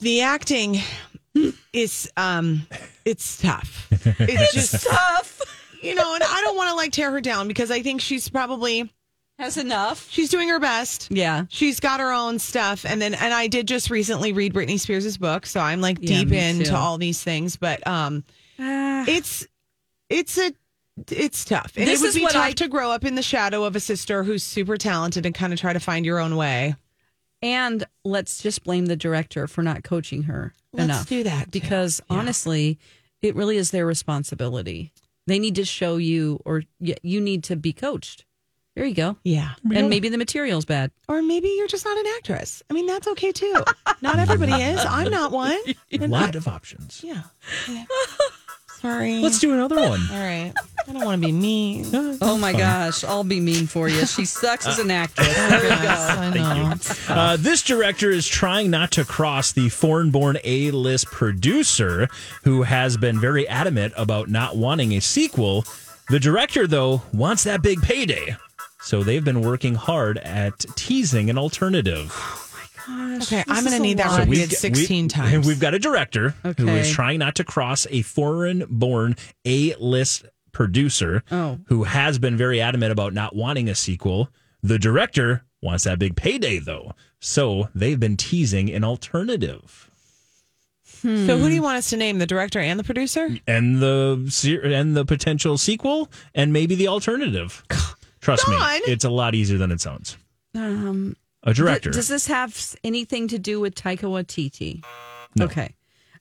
Speaker 8: the acting is um, it's tough. It's just tough, you know. And I don't want to like tear her down because I think she's probably
Speaker 7: That's enough.
Speaker 8: she's doing her best.
Speaker 7: Yeah.
Speaker 8: She's got her own stuff. And then, and I did just recently read Britney Spears' book. So I'm like
Speaker 7: Yeah,
Speaker 8: deep
Speaker 7: me
Speaker 8: into
Speaker 7: too. Ah.
Speaker 8: all these things. But um, it's, it's a, it's tough. And
Speaker 7: This
Speaker 8: it would
Speaker 7: is
Speaker 8: be
Speaker 7: what
Speaker 8: tough
Speaker 7: I-
Speaker 8: to grow up in the shadow of a sister who's super talented and kind of try to find your own way.
Speaker 7: And let's just blame the director for not coaching her
Speaker 8: Let's
Speaker 7: enough.
Speaker 8: do that, too.
Speaker 7: because
Speaker 8: Yeah.
Speaker 7: honestly, it really is their responsibility. They need to show you, or y- you need to be coached. There you go.
Speaker 8: Yeah.
Speaker 7: And maybe the material's bad.
Speaker 8: Or maybe you're just not an actress. I mean, that's okay too. not everybody is. I'm not one.
Speaker 6: A lot of options.
Speaker 8: Yeah. Sorry.
Speaker 6: Let's do another one.
Speaker 8: All right. I don't want to be mean.
Speaker 7: Oh my gosh, I'll be mean for you. She sucks as an actress. There we go.
Speaker 8: I know.
Speaker 6: Uh, this director is trying not to cross the foreign born A list producer who has been very adamant about not wanting a sequel. The director, though, wants that big payday. So they've been working hard at teasing an alternative.
Speaker 8: Okay, I'm going to need that
Speaker 6: So
Speaker 8: repeated
Speaker 6: we've-
Speaker 8: 16
Speaker 6: we-
Speaker 8: times.
Speaker 6: We've got a director who is
Speaker 7: Okay.
Speaker 6: trying not to cross a foreign born A list producer
Speaker 7: Oh.
Speaker 6: who has been very adamant about not wanting a sequel. The director wants that big payday, though. So they've been teasing an alternative.
Speaker 8: Hmm. So who do you want us to name? The director and the producer?
Speaker 6: And the se- and the potential sequel and maybe the alternative. Trust
Speaker 8: Don!
Speaker 6: me, it's a lot easier than it sounds.
Speaker 7: Um,
Speaker 6: A director.
Speaker 7: Does this have anything to do with Taika Waititi?
Speaker 6: No.
Speaker 7: Okay.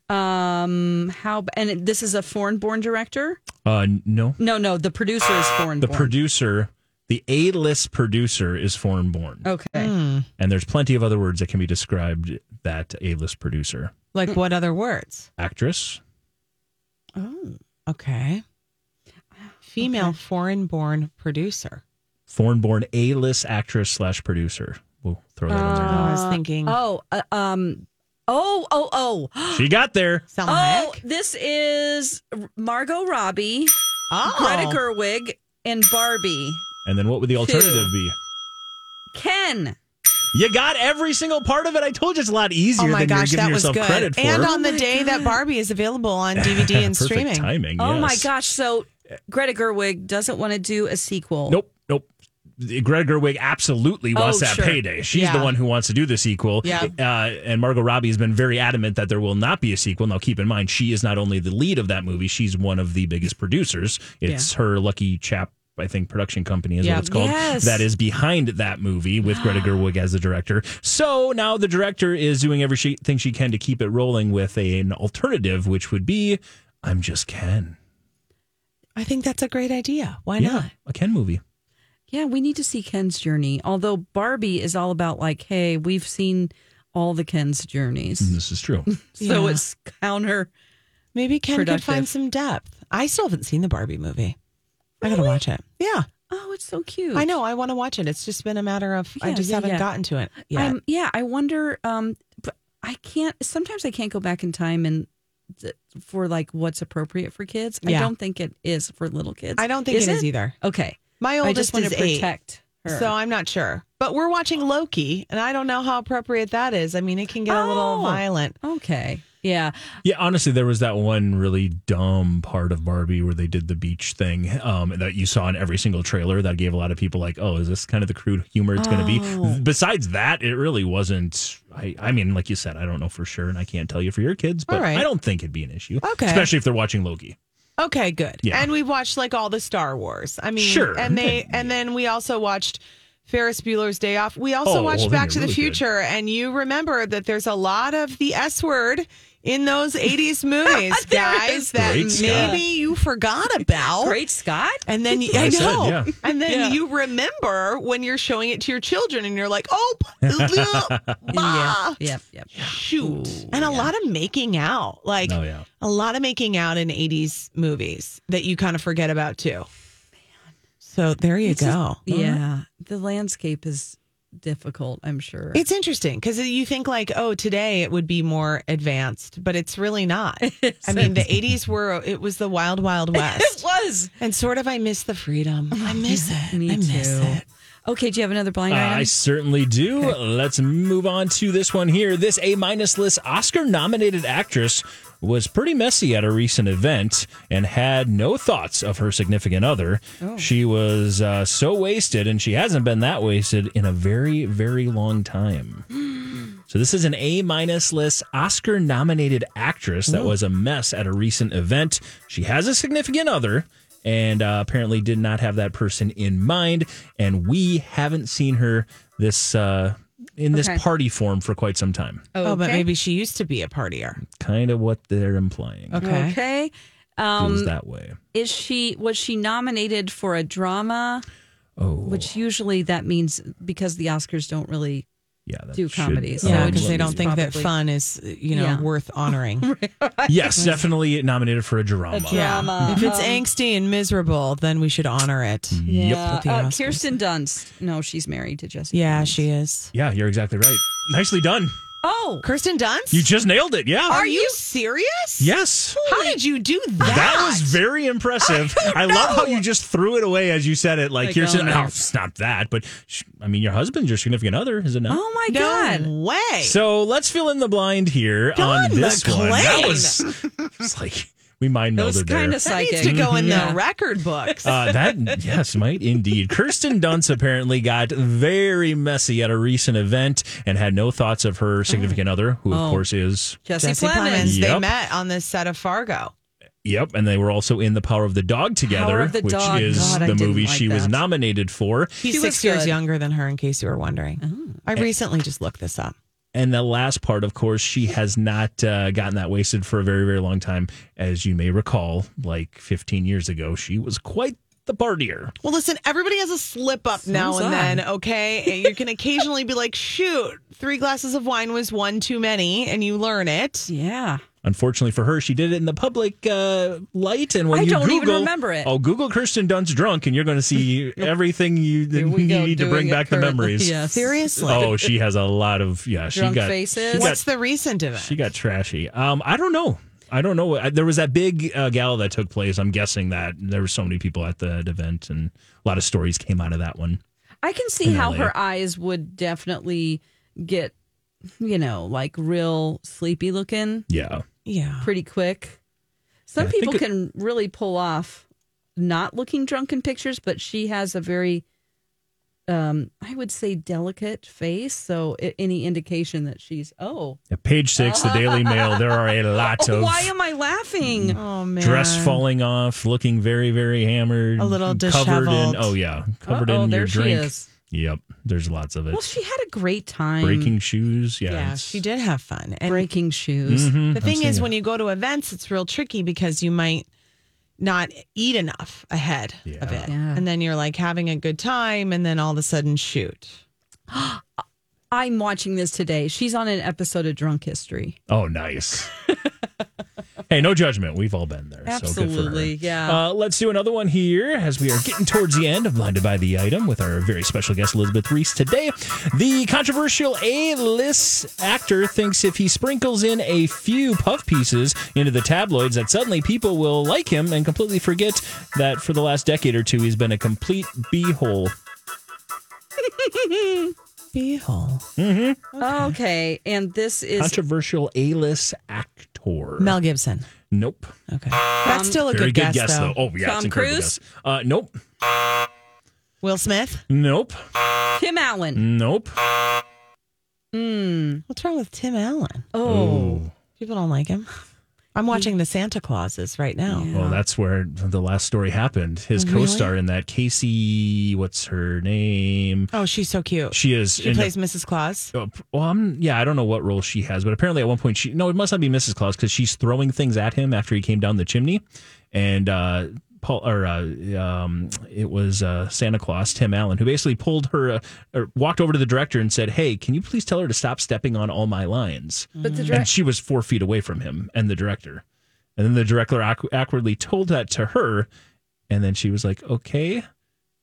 Speaker 7: Um, how and this is a foreign-born director?
Speaker 6: uh, no.
Speaker 7: No, no, the producer is foreign-born.
Speaker 6: The producer, the A list producer is foreign born.
Speaker 7: Okay.
Speaker 8: Hmm.
Speaker 6: And there's plenty of other words that can be described that A list producer.
Speaker 8: Like what other words?
Speaker 6: Actress,
Speaker 7: Oh,
Speaker 8: Okay. Female foreign born producer.
Speaker 6: foreign born A list actress slash producer. We'll throw that in there.
Speaker 8: I
Speaker 6: now.
Speaker 8: was thinking
Speaker 7: oh, uh, um, oh, oh,
Speaker 8: Ah.
Speaker 7: oh,
Speaker 6: She got there.
Speaker 8: Selma
Speaker 7: oh!
Speaker 8: Hayek?
Speaker 7: This is Margot Robbie,
Speaker 8: Oh.
Speaker 7: Greta Gerwig, and Barbie.
Speaker 6: And then what would the alternative be?
Speaker 7: Ken.
Speaker 6: You got every single part of it. I told you it's a lot easier
Speaker 8: Oh my
Speaker 6: than
Speaker 8: gosh,
Speaker 6: you're
Speaker 8: that
Speaker 6: giving
Speaker 8: was
Speaker 6: yourself
Speaker 8: good.
Speaker 6: credit for.
Speaker 8: and on
Speaker 7: Oh
Speaker 8: the
Speaker 7: my
Speaker 8: day that
Speaker 7: God.
Speaker 8: Barbie is available on DVD
Speaker 6: Perfect
Speaker 8: and streaming.
Speaker 6: timing.
Speaker 7: Oh my
Speaker 6: yes. Eh.
Speaker 7: gosh! So Greta Gerwig doesn't want to do a sequel.
Speaker 6: Nope. Nope. Greta Gerwig absolutely wants
Speaker 7: Oh,
Speaker 6: that
Speaker 7: sure.
Speaker 6: payday. She's
Speaker 8: Yeah.
Speaker 6: the one who wants to do the sequel.
Speaker 8: Yeah.
Speaker 6: Uh, and Margot Robbie has been very adamant that there will not be a sequel. Now, keep in mind, she is not only the lead of that movie, she's one of the biggest producers. It's her lucky chap. I think production company is
Speaker 8: Yeah.
Speaker 6: what it's called.
Speaker 7: Yes.
Speaker 6: That is behind that movie with Greta Gerwig as the director. So now the director is doing everything she can to keep it rolling with an alternative, which would be I'm just Ken.
Speaker 8: I think that's a great idea. Why
Speaker 6: yeah,
Speaker 8: not?
Speaker 6: a Ken movie.
Speaker 7: Yeah, we need to see Ken's journey. Although Barbie is all about like, hey, we've seen all the Ken's journeys,
Speaker 6: This is true.
Speaker 7: so
Speaker 8: Yeah.
Speaker 7: it's counter.
Speaker 8: Maybe Ken
Speaker 7: Productive.
Speaker 8: could find some depth. I still haven't seen the Barbie movie. I got to watch it. Yeah.
Speaker 7: Oh, it's so cute.
Speaker 8: I know. I want to watch it. It's just been a matter of I
Speaker 7: Yeah,
Speaker 8: just
Speaker 7: yeah,
Speaker 8: haven't
Speaker 7: yeah.
Speaker 8: gotten to it yet.
Speaker 7: Um, yeah, I wonder. Um, but I can't. Sometimes I can't go back in time and th- for like what's appropriate for kids. I
Speaker 8: Yeah.
Speaker 7: don't think it is for little kids.
Speaker 8: I don't think
Speaker 7: Is
Speaker 8: it is either.
Speaker 7: Okay,
Speaker 8: My
Speaker 7: I
Speaker 8: oldest
Speaker 7: just want
Speaker 8: is
Speaker 7: to
Speaker 8: eight,
Speaker 7: protect her.
Speaker 8: so I'm not sure. But we're watching Loki, and I don't know how appropriate that is. I mean, it can get a little
Speaker 7: Oh.
Speaker 8: violent.
Speaker 7: okay, yeah,
Speaker 6: Yeah, honestly, there was that one really dumb part of Barbie where they did the beach thing um, that you saw in every single trailer that gave a lot of people like, oh, is this kind of the crude humor it's going to
Speaker 7: Oh.
Speaker 6: be? Besides that, it really wasn't. I, I mean, like you said, I don't know for sure, and I can't tell you for your kids, but
Speaker 8: All right.
Speaker 6: I don't think it'd be an issue.
Speaker 8: Okay.
Speaker 6: Especially if they're watching Loki.
Speaker 8: Okay, good.
Speaker 6: Yeah.
Speaker 8: And we watched like all the Star Wars. I mean,
Speaker 6: Sure.
Speaker 8: And they and then we also watched Ferris Bueller's Day Off. We
Speaker 6: Oh,
Speaker 8: also
Speaker 6: well,
Speaker 8: watched
Speaker 6: then
Speaker 8: Back
Speaker 6: you're
Speaker 8: to the
Speaker 6: really good.
Speaker 8: Future, and you remember that there's a lot of the S word in those 80s movies, guys, that
Speaker 6: Great
Speaker 8: maybe
Speaker 6: Scott.
Speaker 8: you forgot about.
Speaker 7: great Scott.
Speaker 8: Oh. And then you, I
Speaker 6: I said,
Speaker 8: know.
Speaker 6: yeah.
Speaker 8: And then
Speaker 7: Yeah.
Speaker 8: you remember when you're showing it to your children, and you're like, "Oh, bah, bah,
Speaker 7: Yeah, yep, yep.
Speaker 8: shoot!" and a lot of making out, like
Speaker 6: Oh, yeah.
Speaker 8: a lot of making out in '80s movies that you kind of forget about too. So there you
Speaker 7: It's just-
Speaker 8: go.
Speaker 7: Yeah, the landscape is difficult. I'm sure.
Speaker 8: It's interesting because you think like, oh, today it would be more advanced, but it's really not. I mean, the '80s were it was the wild, wild west,
Speaker 7: was. Oh,
Speaker 8: and sort of I miss the freedom. I miss it.
Speaker 7: Me
Speaker 8: I miss
Speaker 7: too.
Speaker 8: it.
Speaker 7: Okay, do you have another blind
Speaker 6: Uh,
Speaker 7: item?
Speaker 6: I certainly do. Let's move on to this one here. This A minus list Oscar nominated actress was pretty messy at a recent event and had no thoughts of her significant other. She was uh, so wasted, and she hasn't been that wasted in a very, very long time. So this is an A minus list Oscar nominated actress that was a mess at a recent event. She has a significant other and uh, apparently did not have that person in mind. And we haven't seen her this uh, in this
Speaker 7: Okay.
Speaker 6: party form for quite some time.
Speaker 8: Oh, but
Speaker 7: Okay.
Speaker 8: maybe she used to be a partier.
Speaker 6: Kind of what they're implying.
Speaker 8: Okay.
Speaker 7: okay.
Speaker 6: Feels
Speaker 7: Um,
Speaker 6: that way.
Speaker 7: is she was she nominated for a drama?
Speaker 6: Oh,
Speaker 7: Which usually that means because the Oscars don't really
Speaker 6: Yeah, that
Speaker 7: do
Speaker 6: should-
Speaker 7: comedies.
Speaker 6: Yeah,
Speaker 7: so it
Speaker 8: because
Speaker 7: should
Speaker 8: they don't think that
Speaker 7: probably-
Speaker 8: fun is you know
Speaker 7: Yeah.
Speaker 8: worth honoring.
Speaker 6: Yes, definitely nominated for a drama.
Speaker 7: drama.
Speaker 8: If it's
Speaker 7: Um,
Speaker 8: angsty and miserable, then we should honor it.
Speaker 6: Mm-hmm.
Speaker 7: Yeah,
Speaker 8: With the
Speaker 7: uh,
Speaker 8: Oscars.
Speaker 7: Kirsten Dunst. No, she's married to Jessica.
Speaker 8: Yeah,
Speaker 7: Dunst.
Speaker 8: she is.
Speaker 6: Yeah, you're exactly right. Nicely done.
Speaker 7: Oh,
Speaker 8: Kirsten Dunst.
Speaker 6: You just nailed it. Yeah.
Speaker 8: Are you serious?
Speaker 6: Yes.
Speaker 8: How did you do that?
Speaker 6: That was very impressive. I, love how you just threw it away as you said it. Like,
Speaker 7: Like,
Speaker 6: you're
Speaker 7: oh,
Speaker 6: saying,
Speaker 7: no.
Speaker 6: oh, it's not that. But, sh- I mean, your husband's your significant other, is it not?
Speaker 7: oh my
Speaker 8: no
Speaker 7: god.
Speaker 8: way.
Speaker 6: So let's fill in the blind here
Speaker 8: Don
Speaker 6: on this one. That
Speaker 8: McLean.
Speaker 6: was it's like we mind
Speaker 7: That was
Speaker 6: melded there.
Speaker 7: kind of
Speaker 8: that
Speaker 7: psychic.
Speaker 8: needs to go in
Speaker 7: Yeah.
Speaker 8: the record books.
Speaker 6: Mm-hmm. Uh, that yes, might indeed. Kirsten Dunst apparently got very messy at a recent event and had no thoughts of her significant other, who of
Speaker 7: Oh.
Speaker 6: course is
Speaker 7: Jesse,
Speaker 8: Jesse
Speaker 7: Plemons.
Speaker 8: Plemons. They
Speaker 6: Yep.
Speaker 8: met on the set of Fargo.
Speaker 6: Yep, and they were also in The Power of the Dog together,
Speaker 7: Power of the
Speaker 6: which
Speaker 7: Dog.
Speaker 6: is
Speaker 7: God, I
Speaker 6: the
Speaker 7: didn't
Speaker 6: movie
Speaker 7: like
Speaker 6: she was
Speaker 7: that.
Speaker 6: nominated for.
Speaker 8: He's
Speaker 7: She was
Speaker 8: six years
Speaker 7: good. Oh.
Speaker 8: younger than her, in case you were wondering. I recently just looked this up.
Speaker 6: And the last part, of course, she has not uh, gotten that wasted for a very, very long time. As you may recall, like 15 years ago, she was quite the partier.
Speaker 8: Well, listen, everybody has a slip up now
Speaker 7: So's
Speaker 8: and
Speaker 7: I.
Speaker 8: then, okay? And you can occasionally be like, shoot, three glasses of wine was one too many, and you learn it.
Speaker 7: Yeah.
Speaker 6: Unfortunately for her, she did it in the public uh, light. And when
Speaker 7: I
Speaker 6: you
Speaker 7: don't even
Speaker 6: Google,
Speaker 7: remember it.
Speaker 6: Oh, Google Kirsten Dunst drunk, and you're going to see everything you,
Speaker 7: Here
Speaker 6: you
Speaker 7: we go,
Speaker 6: need to
Speaker 7: doing
Speaker 6: bring
Speaker 7: it
Speaker 6: back the
Speaker 7: currently.
Speaker 6: memories.
Speaker 7: Yes.
Speaker 8: Seriously.
Speaker 6: Oh, she has a lot of yeah. She
Speaker 7: Drunk
Speaker 6: got
Speaker 7: faces.
Speaker 6: She got
Speaker 8: What's the recent event?
Speaker 6: She got trashy. Um, I don't know. I don't know. I- There was that big uh, gala that took place. I'm guessing that there were so many people at the event, and a lot of stories came out of that one.
Speaker 7: I can see how
Speaker 6: Finale.
Speaker 7: her eyes would definitely get, you know, like real sleepy looking
Speaker 6: Yeah,
Speaker 8: yeah.
Speaker 7: pretty quick. Some
Speaker 6: Yeah, I think
Speaker 7: people
Speaker 6: it-
Speaker 7: can really pull off not looking drunk in pictures, but she has a very, um, I would say, delicate face. So i any indication that she's oh,
Speaker 6: At page six, the Daily Mail. There are a lot of
Speaker 7: why am I laughing?
Speaker 8: Oh, man.
Speaker 6: dress falling off, looking very, very hammered,
Speaker 8: A little
Speaker 6: covered in.
Speaker 8: disheveled.
Speaker 6: Oh yeah, covered
Speaker 7: Uh-oh,
Speaker 6: in your
Speaker 7: there she
Speaker 6: drink.
Speaker 7: is.
Speaker 6: Yep, there's lots of it.
Speaker 7: Well, she had a great time
Speaker 6: Breaking shoes. Yeah,
Speaker 8: Yeah,
Speaker 6: it's-
Speaker 8: she did have fun. And
Speaker 7: breaking shoes.
Speaker 6: Mhm,
Speaker 8: the
Speaker 6: I'm
Speaker 8: thing
Speaker 6: seeing
Speaker 8: is,
Speaker 6: it.
Speaker 8: when you go to events, it's real tricky because you might not eat enough ahead of
Speaker 6: Yeah.
Speaker 8: it.
Speaker 7: Yeah.
Speaker 8: And then you're like having a good time, and then all of a sudden, shoot.
Speaker 7: I'm watching this today. She's on an episode of Drunk History.
Speaker 6: Oh, nice. hey, no judgment. We've all been there. So good for her.
Speaker 7: Absolutely, yeah.
Speaker 6: Uh, let's do another one here as we are getting towards the end of Blinded by the Item with our very special guest, Elizabeth Reese, today. The controversial A list actor thinks if he sprinkles in a few puff pieces into the tabloids, that suddenly people will like him and completely forget that for the last decade or two, he's been a complete beehole.
Speaker 8: Beehole.
Speaker 7: Okay, and this is
Speaker 6: Controversial A list actor.
Speaker 8: Mel Gibson.
Speaker 6: Nope.
Speaker 8: Okay. That's still a
Speaker 6: Um, Very
Speaker 8: good, guess, though.
Speaker 6: Oh, yeah. it's
Speaker 7: Tom
Speaker 6: incredible
Speaker 7: Cruise?
Speaker 6: guess. Uh, nope.
Speaker 8: Will Smith?
Speaker 6: Nope.
Speaker 7: Tim Allen.
Speaker 6: Nope.
Speaker 8: What's wrong with Tim Allen?
Speaker 7: Oh,
Speaker 8: People don't like him. I'm watching the Santa Clauses right now.
Speaker 6: Well, that's where the last story happened. His co-star in that, Casey, what's her name?
Speaker 8: Oh, she's so cute. She,
Speaker 6: She is. in
Speaker 8: plays Mrs. Claus.
Speaker 6: uh, well, I'm, yeah, I don't know what role she has, but apparently at one point she no, it must not be Mrs. Claus because she's throwing things at him after he came down the chimney, and uh, Paul or uh, um, it was uh, Santa Claus, Tim Allen, who basically pulled her uh, or walked over to the director and said, "Hey, can you please tell her to stop stepping on all my lines?"
Speaker 7: but the
Speaker 6: and she was four feet away from him and the director. And then the director awk- awkwardly told that to her, and then she was like, "Okay."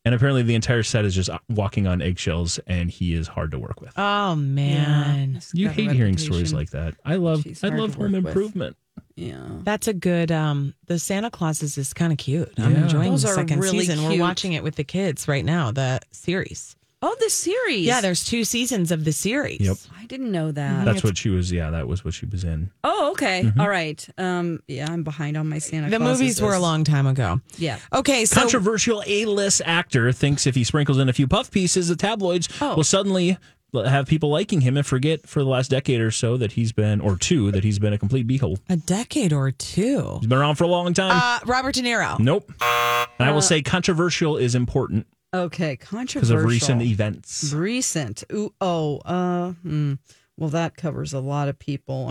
Speaker 6: And apparently, the entire set is just walking on eggshells, and he is hard to work with.
Speaker 8: Oh man,
Speaker 6: you hate hearing stories like that. I love,
Speaker 7: She's
Speaker 6: I
Speaker 7: hard
Speaker 6: love
Speaker 7: to work
Speaker 6: Home
Speaker 7: with.
Speaker 6: Improvement.
Speaker 7: yeah.
Speaker 8: that's a good. um The Santa Clauses is kind of cute. I'm
Speaker 6: Yeah.
Speaker 8: enjoying
Speaker 7: Those
Speaker 8: the
Speaker 7: are
Speaker 8: second
Speaker 7: really
Speaker 8: season.
Speaker 7: cute.
Speaker 8: We're watching it with the kids right now. The series.
Speaker 7: Oh, the series.
Speaker 8: Yeah, there's two seasons of the series.
Speaker 6: Yep.
Speaker 7: I didn't know that.
Speaker 6: Mm-hmm. That's Mm-hmm. what she was. Yeah, that was what she was in.
Speaker 7: Oh, okay. All right. Um, yeah, I'm behind on my Santa.
Speaker 8: The
Speaker 7: Clauses
Speaker 8: movies were a
Speaker 7: list.
Speaker 8: long time ago.
Speaker 7: Yeah.
Speaker 8: Okay, so
Speaker 6: Controversial A-list actor thinks if he sprinkles in a few puff pieces, the tabloids
Speaker 7: Oh.
Speaker 6: will suddenly have people liking him and forget for the last decade or so that he's been, or two, that he's been a complete beehole.
Speaker 8: a decade or two.
Speaker 6: He's been around for a long time.
Speaker 8: Uh, Robert De Niro.
Speaker 6: Nope. And I
Speaker 7: uh,
Speaker 6: will say controversial is important
Speaker 7: Okay.
Speaker 6: because
Speaker 7: Controversial.
Speaker 6: of recent e- events.
Speaker 7: Recent. Ooh, oh. Uh. Hmm. Well, that covers a lot of people,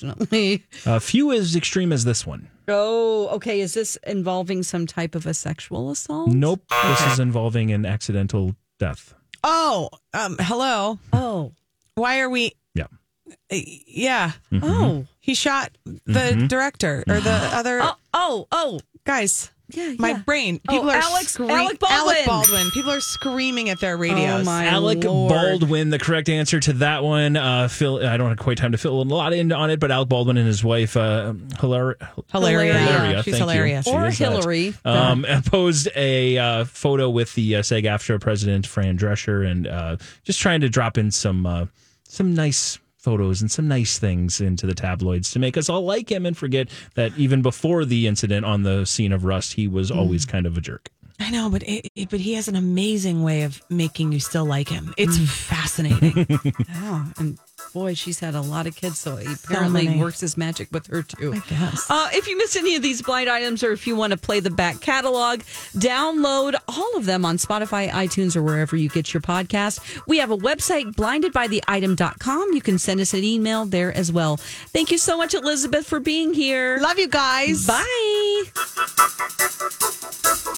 Speaker 7: unfortunately.
Speaker 6: Uh, few as extreme as this one.
Speaker 7: oh. Okay. Is this involving some type of a sexual assault?
Speaker 6: Nope. This is involving an accidental death.
Speaker 8: Oh, um, hello.
Speaker 7: Oh.
Speaker 8: Why are we? uh,
Speaker 6: Yeah.
Speaker 8: Yeah.
Speaker 6: Mhm.
Speaker 7: Oh.
Speaker 8: He shot the
Speaker 6: Mhm.
Speaker 8: director or the
Speaker 6: Mm-hmm.
Speaker 8: other.
Speaker 7: Oh, oh, oh.
Speaker 8: Guys,
Speaker 7: Yeah,
Speaker 8: my
Speaker 7: yeah.
Speaker 8: brain.
Speaker 7: Oh,
Speaker 8: People are
Speaker 7: Alex-
Speaker 8: scream-
Speaker 7: Alec Baldwin.
Speaker 8: Alec Baldwin. People are screaming at their radios.
Speaker 7: Oh, my
Speaker 6: Alec
Speaker 7: Lord.
Speaker 6: Baldwin, the correct answer to that one. Uh, Phil, I don't have quite time to fill a lot in on it, but Alec Baldwin and his wife, uh, Hilar-
Speaker 8: Hilaria.
Speaker 6: Hilaria,
Speaker 8: She's
Speaker 6: thank you.
Speaker 8: hilarious.
Speaker 6: She
Speaker 7: Or
Speaker 6: is that.
Speaker 7: Hillary.
Speaker 6: Um, posed a uh, photo with the uh, SAG AFTRA president Fran Drescher, and uh, just trying to drop in some uh, some nice photos and some nice things into the tabloids to make us all like him and forget that even before the incident on the scene of Rust, he was always kind of a jerk.
Speaker 8: I know, but it, it, but he has an amazing way of making you still like him. It's fascinating.
Speaker 7: Oh, and boy, she's had a lot of kids, so he apparently
Speaker 8: many.
Speaker 7: works his magic with her too.
Speaker 8: I guess.
Speaker 7: Uh, if you missed any of these blind items, or if you want to play the back catalog, download all of them on Spotify, iTunes, or wherever you get your podcast. We have a website, blindedbytheitem.com. You can send us an email there as well. Thank you so much, Elizabeth, for being here.
Speaker 8: Love you guys.
Speaker 7: Bye.